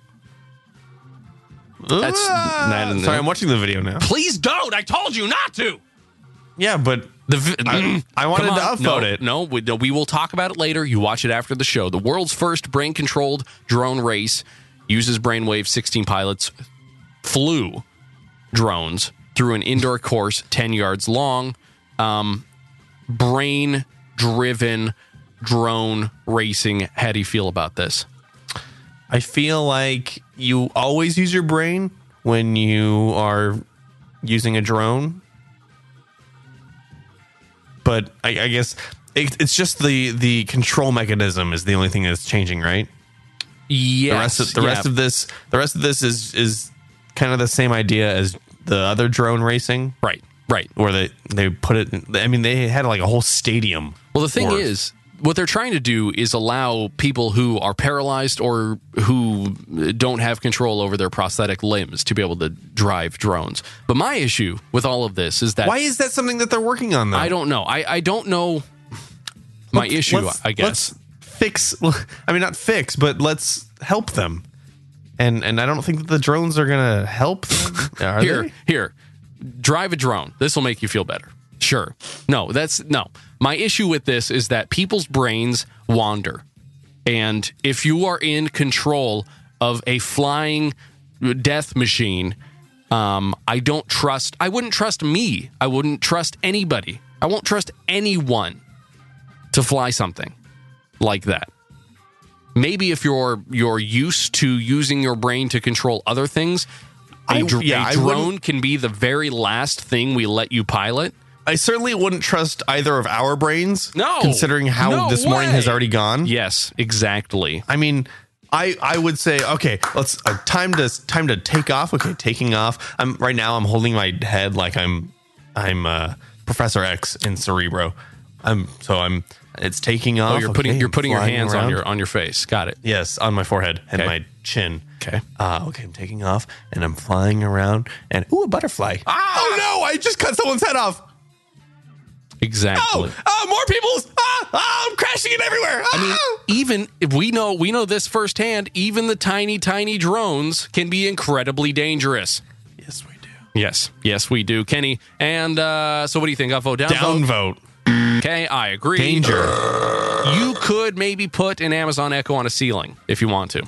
[SPEAKER 3] That's that in
[SPEAKER 4] Ah! Sorry,
[SPEAKER 3] there.
[SPEAKER 4] I'm watching the video now.
[SPEAKER 3] Please don't. I told you not to.
[SPEAKER 4] Yeah, but
[SPEAKER 3] The vi- mm.
[SPEAKER 4] I- I wanted
[SPEAKER 3] Come
[SPEAKER 4] to
[SPEAKER 3] on.
[SPEAKER 4] upvote
[SPEAKER 3] no,
[SPEAKER 4] it.
[SPEAKER 3] No, we, no, we will talk about it later. You watch it after the show. The world's first brain controlled drone race uses brainwave 16 pilots, flew drones through an indoor course 10 yards long. Um, brain driven drone racing. How do you feel about this?
[SPEAKER 4] I feel like you always use your brain when you are using a drone. But I, I guess it, it's just the the control mechanism is the only thing that's changing, right?
[SPEAKER 3] Yes.
[SPEAKER 4] The rest of the rest of this the rest of this is is kind of the same idea as the other drone racing
[SPEAKER 3] right, right.
[SPEAKER 4] where they they put it in- I mean they had like a whole stadium.
[SPEAKER 3] Well, the thing
[SPEAKER 4] Or-
[SPEAKER 3] is, what they're trying to do is allow people who are paralyzed or who don't have control over their prosthetic limbs to be able to drive drones. But my issue with all of this is that
[SPEAKER 4] Why is that something that they're working on though?
[SPEAKER 3] I don't know. I, I don't know my issue,
[SPEAKER 4] Let's-
[SPEAKER 3] I guess.
[SPEAKER 4] Let's fix. I mean, not fix, but let's help them. And and I don't think that the drones are gonna help. Them. Are
[SPEAKER 3] Here,
[SPEAKER 4] they?
[SPEAKER 3] here, drive a drone. This will make you feel better. Sure. No, that's no. My issue with this is that people's brains wander. And if you are in control of a flying death machine, um, I don't trust, I wouldn't trust me. I wouldn't trust anybody. I won't trust anyone to fly something like that. Maybe if you're you're used to using your brain to control other things, a
[SPEAKER 4] I-
[SPEAKER 3] dr-
[SPEAKER 4] yeah,
[SPEAKER 3] a
[SPEAKER 4] I wouldn't-
[SPEAKER 3] drone can be the very last thing we let you pilot.
[SPEAKER 4] I certainly wouldn't trust either of our brains.
[SPEAKER 3] No.
[SPEAKER 4] considering how
[SPEAKER 3] No
[SPEAKER 4] this morning has
[SPEAKER 3] way.
[SPEAKER 4] already gone.
[SPEAKER 3] Yes, exactly.
[SPEAKER 4] I mean, I I would say okay, let's uh, time to time to take off. Okay, taking off. I'm right now. I'm holding my head like I'm I'm uh, Professor X in Cerebro. I'm so I'm. It's taking
[SPEAKER 3] Oh,
[SPEAKER 4] off.
[SPEAKER 3] you're putting
[SPEAKER 4] Okay,
[SPEAKER 3] you're putting your
[SPEAKER 4] flying
[SPEAKER 3] hands on
[SPEAKER 4] around.
[SPEAKER 3] your on your face. Got it.
[SPEAKER 4] Yes, on my forehead and
[SPEAKER 3] Okay.
[SPEAKER 4] my chin.
[SPEAKER 3] Okay.
[SPEAKER 4] Uh, okay, I'm taking off and I'm flying around and ooh, a butterfly.
[SPEAKER 3] Ah!
[SPEAKER 4] Oh no, I just cut someone's head off.
[SPEAKER 3] Exactly.
[SPEAKER 4] Oh, oh more people's. Ah, ah, I'm crashing it everywhere. Ah.
[SPEAKER 3] I mean, even if we know we know this firsthand, even the tiny tiny drones can be incredibly dangerous.
[SPEAKER 4] yes, we do.
[SPEAKER 3] Yes, yes, we do, Kenny. And uh, so, what do you think? Upvote, downvote.
[SPEAKER 4] Downvote.
[SPEAKER 3] Okay, I agree.
[SPEAKER 4] Danger.
[SPEAKER 3] You could maybe put an Amazon Echo on a ceiling if you want to.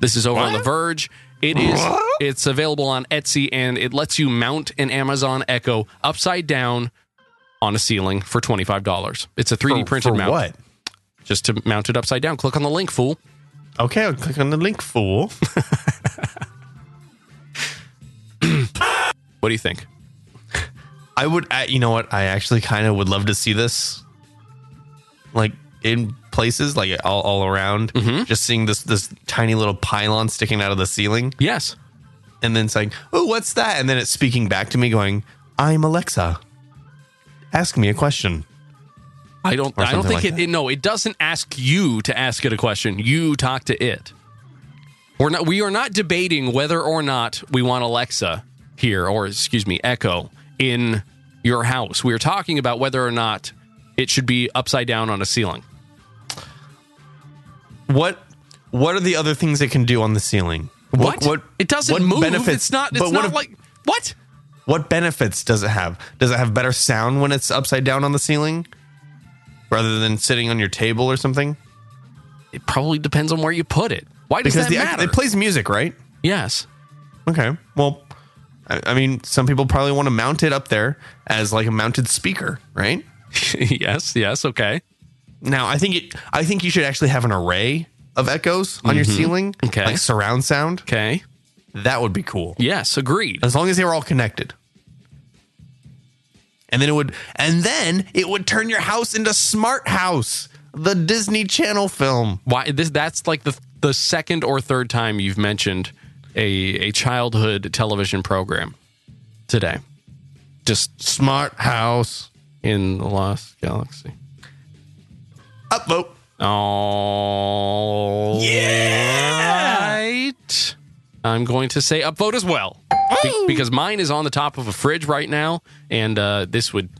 [SPEAKER 3] This is over on The Verge. It is. It's available on Etsy, and it lets you mount an Amazon Echo upside down on a ceiling for twenty five dollars. It's a three D printed
[SPEAKER 4] Oh, For
[SPEAKER 3] mount.
[SPEAKER 4] what?
[SPEAKER 3] Just to mount it upside down. Click on the link, fool.
[SPEAKER 4] Okay, I'll click on the link fool.
[SPEAKER 3] What do you think?
[SPEAKER 4] I would. Uh, you know what? I actually kind of would love to see this, like in places like all, all around.
[SPEAKER 3] Mm-hmm.
[SPEAKER 4] Just seeing this this tiny little pylon sticking out of the ceiling.
[SPEAKER 3] Yes.
[SPEAKER 4] and then saying, "Oh, what's that?" and then it's speaking back to me, going, "I'm Alexa. Ask me a question."
[SPEAKER 3] I don't.
[SPEAKER 4] Or
[SPEAKER 3] I don't
[SPEAKER 4] something
[SPEAKER 3] think
[SPEAKER 4] like
[SPEAKER 3] it,
[SPEAKER 4] that.
[SPEAKER 3] it. No, it doesn't ask you to ask it a question. You talk to it. We're not. We are not debating whether or not we want Alexa here, or excuse me, Echo in your house. We are talking about whether or not it should be upside down on a ceiling.
[SPEAKER 4] What What are the other things it can do on the ceiling?
[SPEAKER 3] What? It doesn't
[SPEAKER 4] what
[SPEAKER 3] move.
[SPEAKER 4] benefits-
[SPEAKER 3] it's not. It's
[SPEAKER 4] but
[SPEAKER 3] not
[SPEAKER 4] what, if-
[SPEAKER 3] like what?
[SPEAKER 4] what benefits does it have? Does it have better sound when it's upside down on the ceiling, rather than sitting on your table or something?
[SPEAKER 3] It probably depends on where you put it. Why does
[SPEAKER 4] Because
[SPEAKER 3] that
[SPEAKER 4] the,
[SPEAKER 3] matter?
[SPEAKER 4] it plays music, right?
[SPEAKER 3] yes.
[SPEAKER 4] Okay. Well, I, I mean, some people probably want to mount it up there as like a mounted speaker, right?
[SPEAKER 3] yes. Yes. Okay.
[SPEAKER 4] Now, I think it, I think you should actually have an array of echoes on your ceiling,
[SPEAKER 3] Mm-hmm. Okay.
[SPEAKER 4] like surround sound.
[SPEAKER 3] Okay.
[SPEAKER 4] That would be cool,
[SPEAKER 3] Yes. Agreed.
[SPEAKER 4] as long as they were all connected. And then it would, and then it would turn your house into Smart House, the Disney Channel film.
[SPEAKER 3] why this that's like the the second or third time you've mentioned a a childhood television program today just
[SPEAKER 4] Smart House
[SPEAKER 3] in the lost galaxy
[SPEAKER 4] upvote.
[SPEAKER 3] all yeah! right i'm going to say upvote as well Be- because mine is on the top of a fridge right now and uh, this would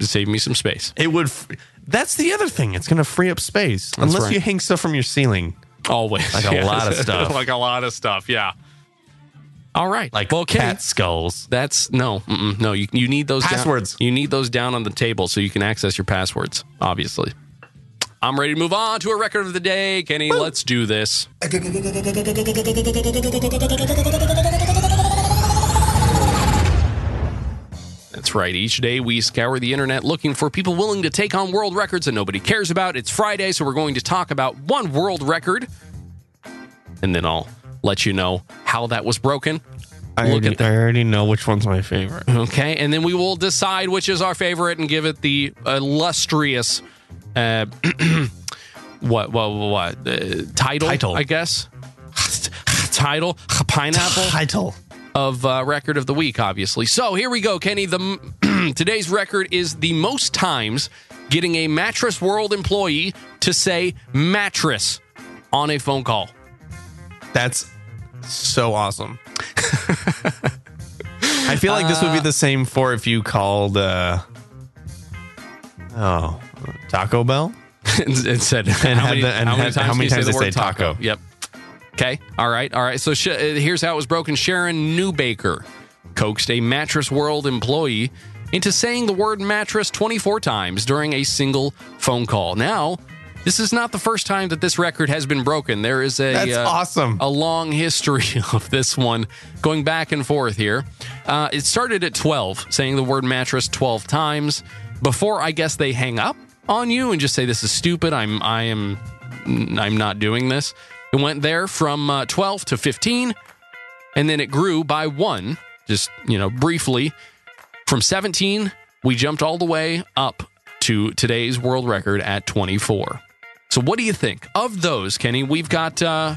[SPEAKER 3] save me some space
[SPEAKER 4] It would. F- that's the other thing. It's going to free up space, unless
[SPEAKER 3] right.
[SPEAKER 4] you hang stuff from your ceiling.
[SPEAKER 3] always
[SPEAKER 4] Like a lot of stuff.
[SPEAKER 3] like a lot of stuff yeah all right
[SPEAKER 4] like
[SPEAKER 3] well, Kenny,
[SPEAKER 4] cat skulls.
[SPEAKER 3] That's no, mm-mm, no. You you need those down-
[SPEAKER 4] Passwords.
[SPEAKER 3] you need those down on the table so you can access your passwords. Obviously, I'm ready to move on to a record of the day, Kenny. Let's do this.
[SPEAKER 7] Thank you.
[SPEAKER 3] That's right. Each day we scour the internet looking for people willing to take on world records that nobody cares about. It's Friday, so we're going to talk about one world record. And then I'll let you know how that was broken.
[SPEAKER 4] I
[SPEAKER 3] Look at
[SPEAKER 4] already, I already know which one's my favorite.
[SPEAKER 3] Okay. And then we will decide which is our favorite and give it the illustrious, uh, what, what, what, uh, title,
[SPEAKER 4] Title.
[SPEAKER 3] I guess. title, pineapple
[SPEAKER 4] Title.
[SPEAKER 3] of uh, record of the week, obviously. So here we go, Kenny. The today's record is the most times getting a Mattress World employee to say mattress on a phone call.
[SPEAKER 4] That's so awesome. I feel like this would be the same for if you called uh oh Taco Bell.
[SPEAKER 3] and, and said
[SPEAKER 4] had the- and had- how many
[SPEAKER 3] do you
[SPEAKER 4] times they
[SPEAKER 3] word
[SPEAKER 4] say taco?
[SPEAKER 3] Yep. Okay. All right. All right. So sh- uh, here's how it was broken. Sharon Newbaker coaxed a Mattress World employee into saying the word mattress 24 times during a single phone call. Now, this is not the first time that this record has been broken. There is a
[SPEAKER 4] That's
[SPEAKER 3] uh,
[SPEAKER 4] awesome.
[SPEAKER 3] a long history of this one going back and forth here. Uh, it started at 12, saying the word mattress 12 times before I guess they hang up on you and just say, This is stupid. I'm, I am, I'm not doing this. It went there from uh, 12 to 15, and then it grew by one, just, you know, briefly. From 17, we jumped all the way up to today's world record at 24. So, what do you think of those, Kenny? We've got uh,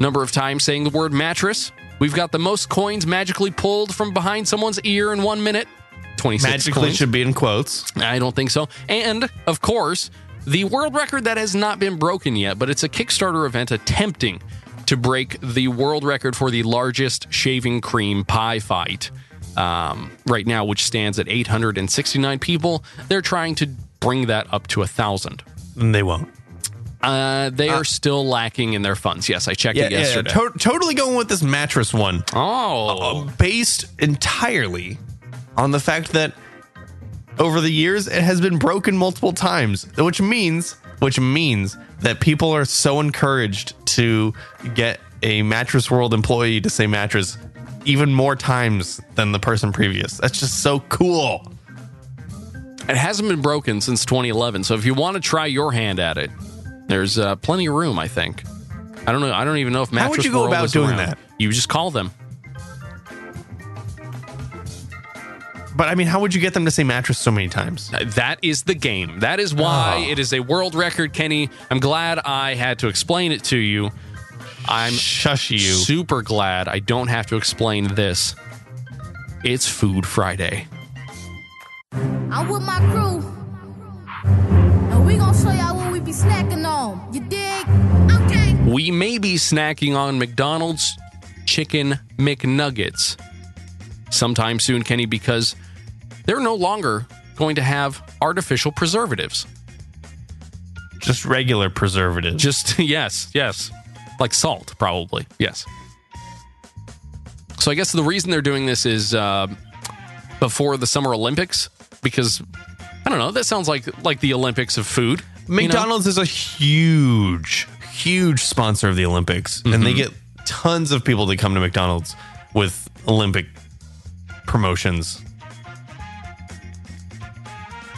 [SPEAKER 3] number of times saying the word mattress. We've got the most coins magically pulled from behind someone's ear in one minute. 26
[SPEAKER 4] Magically
[SPEAKER 3] coins.
[SPEAKER 4] should be in quotes.
[SPEAKER 3] I don't think so. And of course, the world record that has not been broken yet, but it's a Kickstarter event attempting to break the world record for the largest shaving cream pie fight um, right now, which stands at 869 people. They're trying to bring that up to a thousand.
[SPEAKER 4] And they won't.
[SPEAKER 3] Uh, they are still lacking in their funds. Yes, I checked
[SPEAKER 4] Yeah,
[SPEAKER 3] it
[SPEAKER 4] yeah, yeah.
[SPEAKER 3] yesterday.
[SPEAKER 4] To- totally going with this mattress one.
[SPEAKER 3] oh,
[SPEAKER 4] based entirely on the fact that over the years it has been broken multiple times, which means which means that people are so encouraged to get a mattress world employee to say mattress even more times than the person previous. That's just so cool.
[SPEAKER 3] It hasn't been broken since 2011, so if you want to try your hand at it, there's uh, plenty of room, I think. I don't know. I don't even know if Mattress
[SPEAKER 4] would you go
[SPEAKER 3] World
[SPEAKER 4] about
[SPEAKER 3] is
[SPEAKER 4] doing
[SPEAKER 3] around.
[SPEAKER 4] that?
[SPEAKER 3] You just call them.
[SPEAKER 4] But I mean, how would you get them to say mattress so many times?
[SPEAKER 3] Uh, That is the game. That is
[SPEAKER 4] Oh.
[SPEAKER 3] why it is a world record, Kenny. I'm glad I had to explain it to you. I'm
[SPEAKER 4] Shush you.
[SPEAKER 3] super glad I don't have to explain this. It's Food Friday.
[SPEAKER 7] I'm with my crew. And we gon' show y'all what we be snacking on. You dig? Okay.
[SPEAKER 3] We may be snacking on McDonald's chicken McNuggets sometime soon, Kenny, because they're no longer going to have artificial preservatives.
[SPEAKER 4] Just regular preservative.
[SPEAKER 3] Just, yes, yes. Like salt, probably. Yes. So I guess the reason they're doing this is uh, before the Summer Olympics, because I don't know, that sounds like like the Olympics of food. you know?
[SPEAKER 4] McDonald's is a huge, huge sponsor of the Olympics, and they get tons of people to come to McDonald's with Olympic promotions.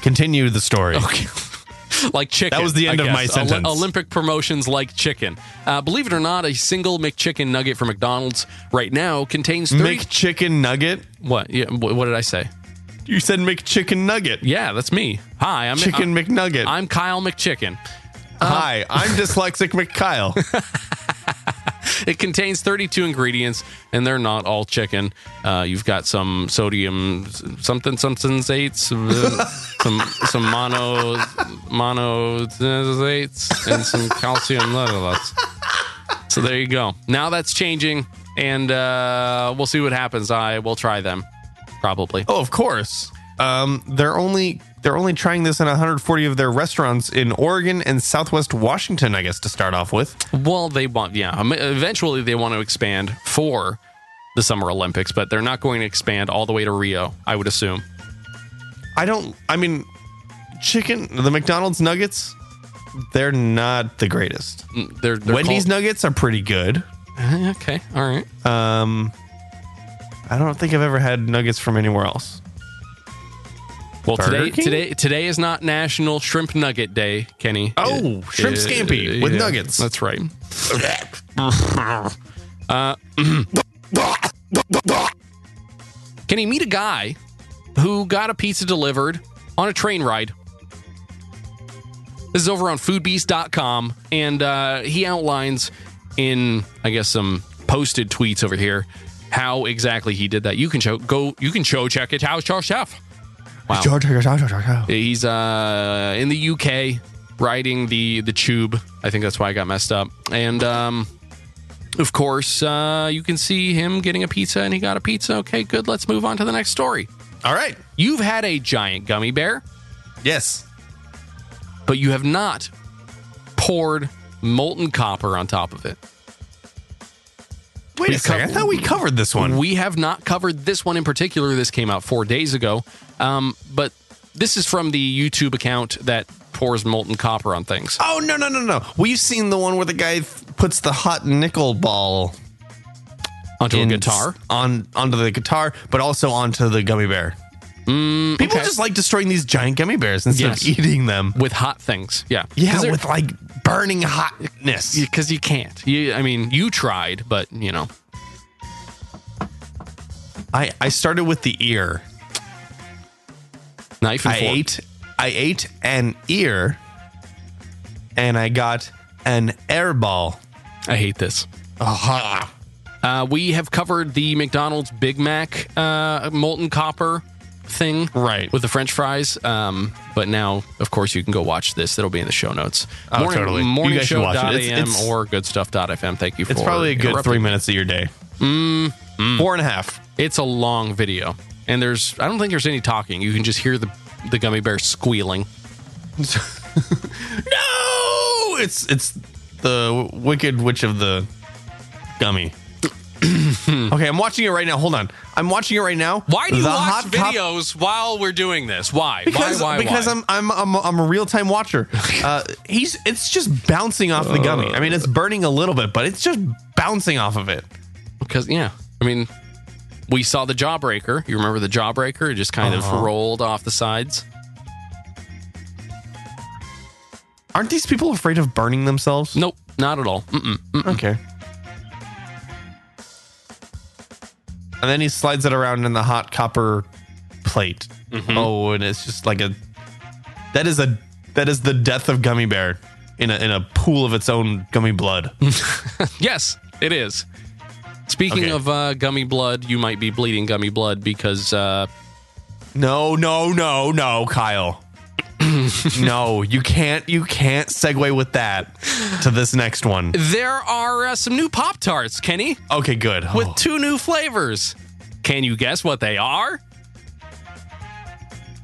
[SPEAKER 4] Continue the story.
[SPEAKER 3] Okay. like chicken.
[SPEAKER 4] That was the end
[SPEAKER 3] I
[SPEAKER 4] of my
[SPEAKER 3] guess.
[SPEAKER 4] sentence.
[SPEAKER 3] Olympic promotions like chicken. Uh, believe it or not, a single McChicken nugget from McDonald's right now contains three.
[SPEAKER 4] McChicken Nugget.
[SPEAKER 3] what? Yeah, wh- what did I say?
[SPEAKER 4] You said McChicken Nugget.
[SPEAKER 3] Yeah, that's me. Hi, I'm
[SPEAKER 4] Chicken
[SPEAKER 3] I'm,
[SPEAKER 4] McNugget. Uh-huh.
[SPEAKER 3] I'm Kyle McChicken.
[SPEAKER 4] Hi, I'm dyslexic McKyle.
[SPEAKER 3] It contains 32 ingredients, and they're not all chicken. Uh, you've got some sodium, s- something, something zates, uh, some some mono mono zates, and some calcium lutulats. So there you go. Now that's changing, and uh, we'll see what happens. I will try them, probably.
[SPEAKER 4] Oh, of course. Um, they're only they're only trying this in 140 of their restaurants in Oregon and Southwest Washington, I guess, to start off with.
[SPEAKER 3] Well, they want, yeah. um, Eventually, they want to expand for the Summer Olympics, but they're not going to expand all the way to Rio, I would assume.
[SPEAKER 4] I don't. I mean, chicken. The McDonald's nuggets, they're not the greatest.
[SPEAKER 3] Mm, They're, they're
[SPEAKER 4] Wendy's
[SPEAKER 3] called-
[SPEAKER 4] nuggets are pretty good.
[SPEAKER 3] Uh, Okay, all right.
[SPEAKER 4] Um, I don't think I've ever had nuggets from anywhere else.
[SPEAKER 3] Well,
[SPEAKER 4] Burger
[SPEAKER 3] today
[SPEAKER 4] King?
[SPEAKER 3] today today is not National Shrimp Nugget Day, Kenny. uh,
[SPEAKER 4] Oh, shrimp scampi with nuggets.
[SPEAKER 3] That's right. Uh, Can he meet a guy who got a pizza delivered on a train ride? This is over on foodbeast.com, and uh, he outlines in, I guess, some posted tweets over here how exactly he did that. You can show go. You can show check it. How's your chef? Wow. He's uh, in the UK riding the the tube. I think that's why I got messed up. And um, of course, uh, you can see him getting a pizza, and he got a pizza. Okay, good. Let's move on to the next story.
[SPEAKER 4] All right.
[SPEAKER 3] You've had a giant gummy bear,
[SPEAKER 4] Yes.
[SPEAKER 3] but you have not poured molten copper on top of it.
[SPEAKER 4] Wait
[SPEAKER 3] We
[SPEAKER 4] a second. I thought we covered this one.
[SPEAKER 3] We have not covered this one in particular. This came out four days ago. Um, but this is from the YouTube account that pours molten copper on things.
[SPEAKER 4] oh no no no no. We've seen the one where the guy th- puts the hot nickel ball
[SPEAKER 3] onto a
[SPEAKER 4] in-
[SPEAKER 3] guitar.
[SPEAKER 4] on onto the guitar, but also onto the gummy bear. People
[SPEAKER 3] Mm, okay.
[SPEAKER 4] just like destroying these giant gummy bears instead
[SPEAKER 3] Yes.
[SPEAKER 4] of eating them.
[SPEAKER 3] with hot things. Yeah,
[SPEAKER 4] Yeah,
[SPEAKER 3] they're-
[SPEAKER 4] with like burning hotness.
[SPEAKER 3] because you can't. You, I mean, you tried, but you know,
[SPEAKER 4] I, I started with the ear.
[SPEAKER 3] knife and
[SPEAKER 4] I
[SPEAKER 3] fork.
[SPEAKER 4] ate I ate an ear and I got an air ball.
[SPEAKER 3] I hate this.
[SPEAKER 4] Aha.
[SPEAKER 3] Uh, we have covered the McDonald's Big Mac uh, molten copper thing,
[SPEAKER 4] Right.
[SPEAKER 3] with the French fries. Um, but now, of course, you can go watch this. That'll be in the show notes.
[SPEAKER 4] Oh, totally. You
[SPEAKER 3] Morning
[SPEAKER 4] guys should watch it. It's-
[SPEAKER 3] show.am
[SPEAKER 4] it's-
[SPEAKER 3] or goodstuff.fm. Thank you. for
[SPEAKER 4] It's probably a good
[SPEAKER 3] interrupting.
[SPEAKER 4] three minutes of your day. Mm, Four and a half.
[SPEAKER 3] It's a long video, and there's I don't think there's any talking. You can just hear the the gummy bear squealing.
[SPEAKER 4] No, it's it's the Wicked Witch of the Gummy. okay, I'm watching it right now. Hold on, I'm watching it right now.
[SPEAKER 3] Why do you
[SPEAKER 4] The
[SPEAKER 3] watch
[SPEAKER 4] Hot Cop-
[SPEAKER 3] videos while we're doing this? Why?
[SPEAKER 4] Because,
[SPEAKER 3] why? Why?
[SPEAKER 4] because
[SPEAKER 3] why?
[SPEAKER 4] I'm I'm I'm I'm a real time watcher. Uh, he's it's just bouncing off the gummy. I mean, it's burning a little bit, but it's just bouncing off of it.
[SPEAKER 3] because yeah. I mean, we saw the Jawbreaker. You remember the Jawbreaker? It just kind
[SPEAKER 4] Uh-huh.
[SPEAKER 3] of rolled off the sides.
[SPEAKER 4] Aren't these people afraid of burning themselves?
[SPEAKER 3] Nope, not at all. Mm-mm.
[SPEAKER 4] Okay. And then he slides it around in the hot copper plate.
[SPEAKER 3] Mm-hmm.
[SPEAKER 4] Oh, and it's just like a that is a that is the death of gummy bear in a in a pool of its own gummy blood.
[SPEAKER 3] Yes, it is. Speaking
[SPEAKER 4] Okay.
[SPEAKER 3] of uh, gummy blood, you might be bleeding gummy blood because uh,
[SPEAKER 4] no, no, no, no, Kyle. no, you can't you can't segue with that to this next one.
[SPEAKER 3] there are uh, some new Pop Tarts, Kenny,
[SPEAKER 4] Okay, good.
[SPEAKER 3] with
[SPEAKER 4] Oh.
[SPEAKER 3] two new flavors. Can you guess what they are?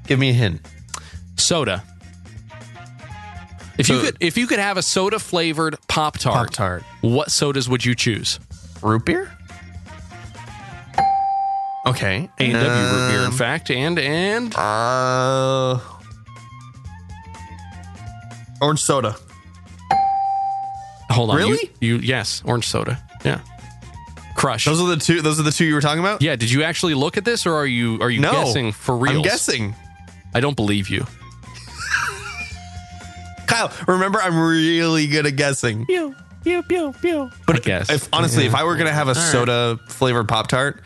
[SPEAKER 4] give me a hint.
[SPEAKER 3] Soda. If you could, if you could have a soda flavored Pop Tart,
[SPEAKER 4] Pop-Tart.
[SPEAKER 3] what sodas would you choose?
[SPEAKER 4] Root beer? Okay.
[SPEAKER 3] A and W root
[SPEAKER 4] Um,
[SPEAKER 3] beer, in fact, and and
[SPEAKER 4] Uh, orange soda.
[SPEAKER 3] hold on, you-
[SPEAKER 4] Really?
[SPEAKER 3] You, yes, orange soda, yeah, crush.
[SPEAKER 4] Those are the two. Those are the two you were talking about.
[SPEAKER 3] yeah, did you actually look at this, or are you are you
[SPEAKER 4] No,
[SPEAKER 3] guessing for real?
[SPEAKER 4] I'm guessing.
[SPEAKER 3] I don't believe you.
[SPEAKER 4] Kyle, remember, I'm really good at guessing.
[SPEAKER 3] Pew pew pew pew. But I guess
[SPEAKER 4] If honestly, if I were gonna have a soda flavored Pop Tart,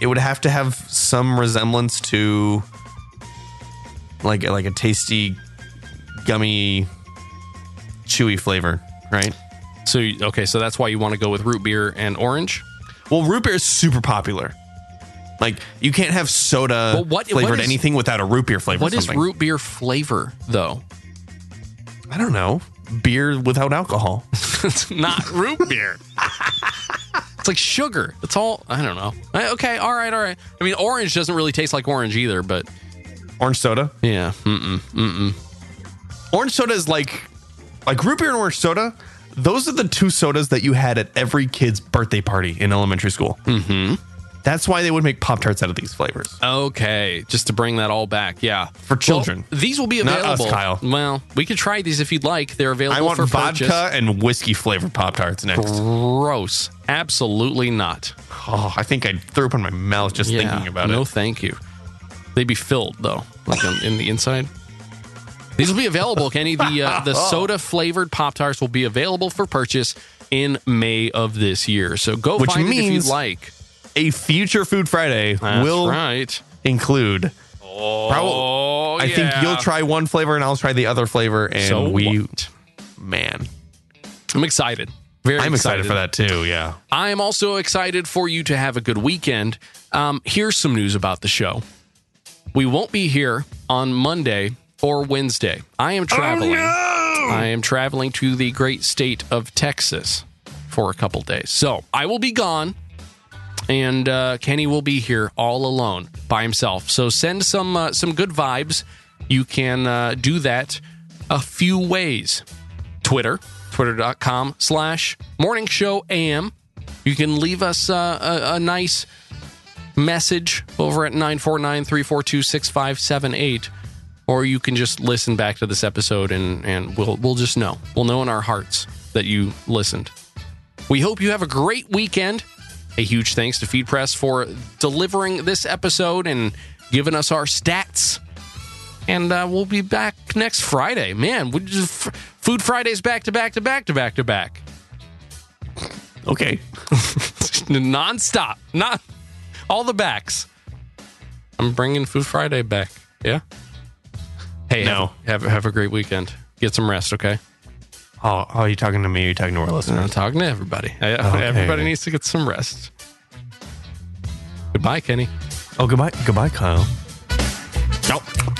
[SPEAKER 4] it would have to have some resemblance to like like a tasty, gummy, chewy flavor, right?
[SPEAKER 3] so, you- okay, so that's why you want to go with root beer and orange.
[SPEAKER 4] Well, root beer is super popular. Like you can't have soda
[SPEAKER 3] But what- what
[SPEAKER 4] flavored
[SPEAKER 3] is-
[SPEAKER 4] anything without a root beer flavor.
[SPEAKER 3] What is
[SPEAKER 4] something.
[SPEAKER 3] root beer flavor though?
[SPEAKER 4] I don't know. Beer without alcohol.
[SPEAKER 3] it's not root beer. it's like sugar. It's all I don't know. I- okay, all right, all right. I mean, orange doesn't really taste like orange either, but
[SPEAKER 4] Orange soda.
[SPEAKER 3] yeah. Mm-mm.
[SPEAKER 4] Orange soda is like like root beer and orange soda. Those are the two sodas that you had at every kid's birthday party in elementary school. Mm-hmm. That's why they would make Pop Tarts out of these flavors.
[SPEAKER 3] Okay, just to bring that all back, yeah,
[SPEAKER 4] For children.
[SPEAKER 3] Well, these will be
[SPEAKER 4] Not us,
[SPEAKER 3] available.
[SPEAKER 4] Kyle.
[SPEAKER 3] Well, we could try these if you'd like. They're available
[SPEAKER 4] I want
[SPEAKER 3] for
[SPEAKER 4] vodka
[SPEAKER 3] purchase.
[SPEAKER 4] and whiskey flavored Pop Tarts next.
[SPEAKER 3] Gross. Absolutely not.
[SPEAKER 4] Oh, I think I threw up in my mouth just
[SPEAKER 3] Yeah,
[SPEAKER 4] thinking about
[SPEAKER 3] no
[SPEAKER 4] it.
[SPEAKER 3] thank you. They'd be filled though, like in, in the inside. These will be available, Kenny. The uh, the
[SPEAKER 4] Oh.
[SPEAKER 3] soda flavored Pop Tarts will be available for purchase in May of this year. So go
[SPEAKER 4] Which
[SPEAKER 3] find it if you'd
[SPEAKER 4] means-
[SPEAKER 3] like.
[SPEAKER 4] A future Food Friday
[SPEAKER 3] That's
[SPEAKER 4] will
[SPEAKER 3] right.
[SPEAKER 4] include. Prob-
[SPEAKER 3] Oh,
[SPEAKER 4] I think you'll try one flavor and I'll try the other flavor, and
[SPEAKER 3] So
[SPEAKER 4] we,
[SPEAKER 3] what?
[SPEAKER 4] man,
[SPEAKER 3] I'm excited. Very
[SPEAKER 4] I'm excited for that too. Yeah,
[SPEAKER 3] I am also excited for you to have a good weekend. Um, here's some news about the show. We won't be here on Monday or Wednesday. I am traveling. I am traveling to the great state of Texas for a couple days. So I will be gone, and uh, Kenny will be here all alone by himself. So send some uh, some good vibes. You can uh, do that a few ways. Twitter, twitter.com slash morning show am. You can leave us uh, a, a nice message over at 949 342 6578, or you can just listen back to this episode and, and we'll, we'll just know. We'll know in our hearts that you listened. We hope you have a great weekend. A huge thanks to Feed Press for delivering this episode and giving us our stats and uh, we'll be back next Friday. Man, we just f- Food Fridays back to back to back to back to back,
[SPEAKER 4] okay.
[SPEAKER 3] nonstop, not all the backs. I'm bringing Food Friday back. Yeah. Hey,
[SPEAKER 4] No.
[SPEAKER 3] have, have have a great weekend. Get some rest, okay?
[SPEAKER 4] Oh, oh, are you talking to me? Are you talking to our listeners?
[SPEAKER 3] I'm talking to everybody. I-
[SPEAKER 4] Okay.
[SPEAKER 3] Everybody needs to get some rest. Goodbye, Kenny.
[SPEAKER 4] Oh, goodbye, goodbye, Kyle.
[SPEAKER 3] Nope.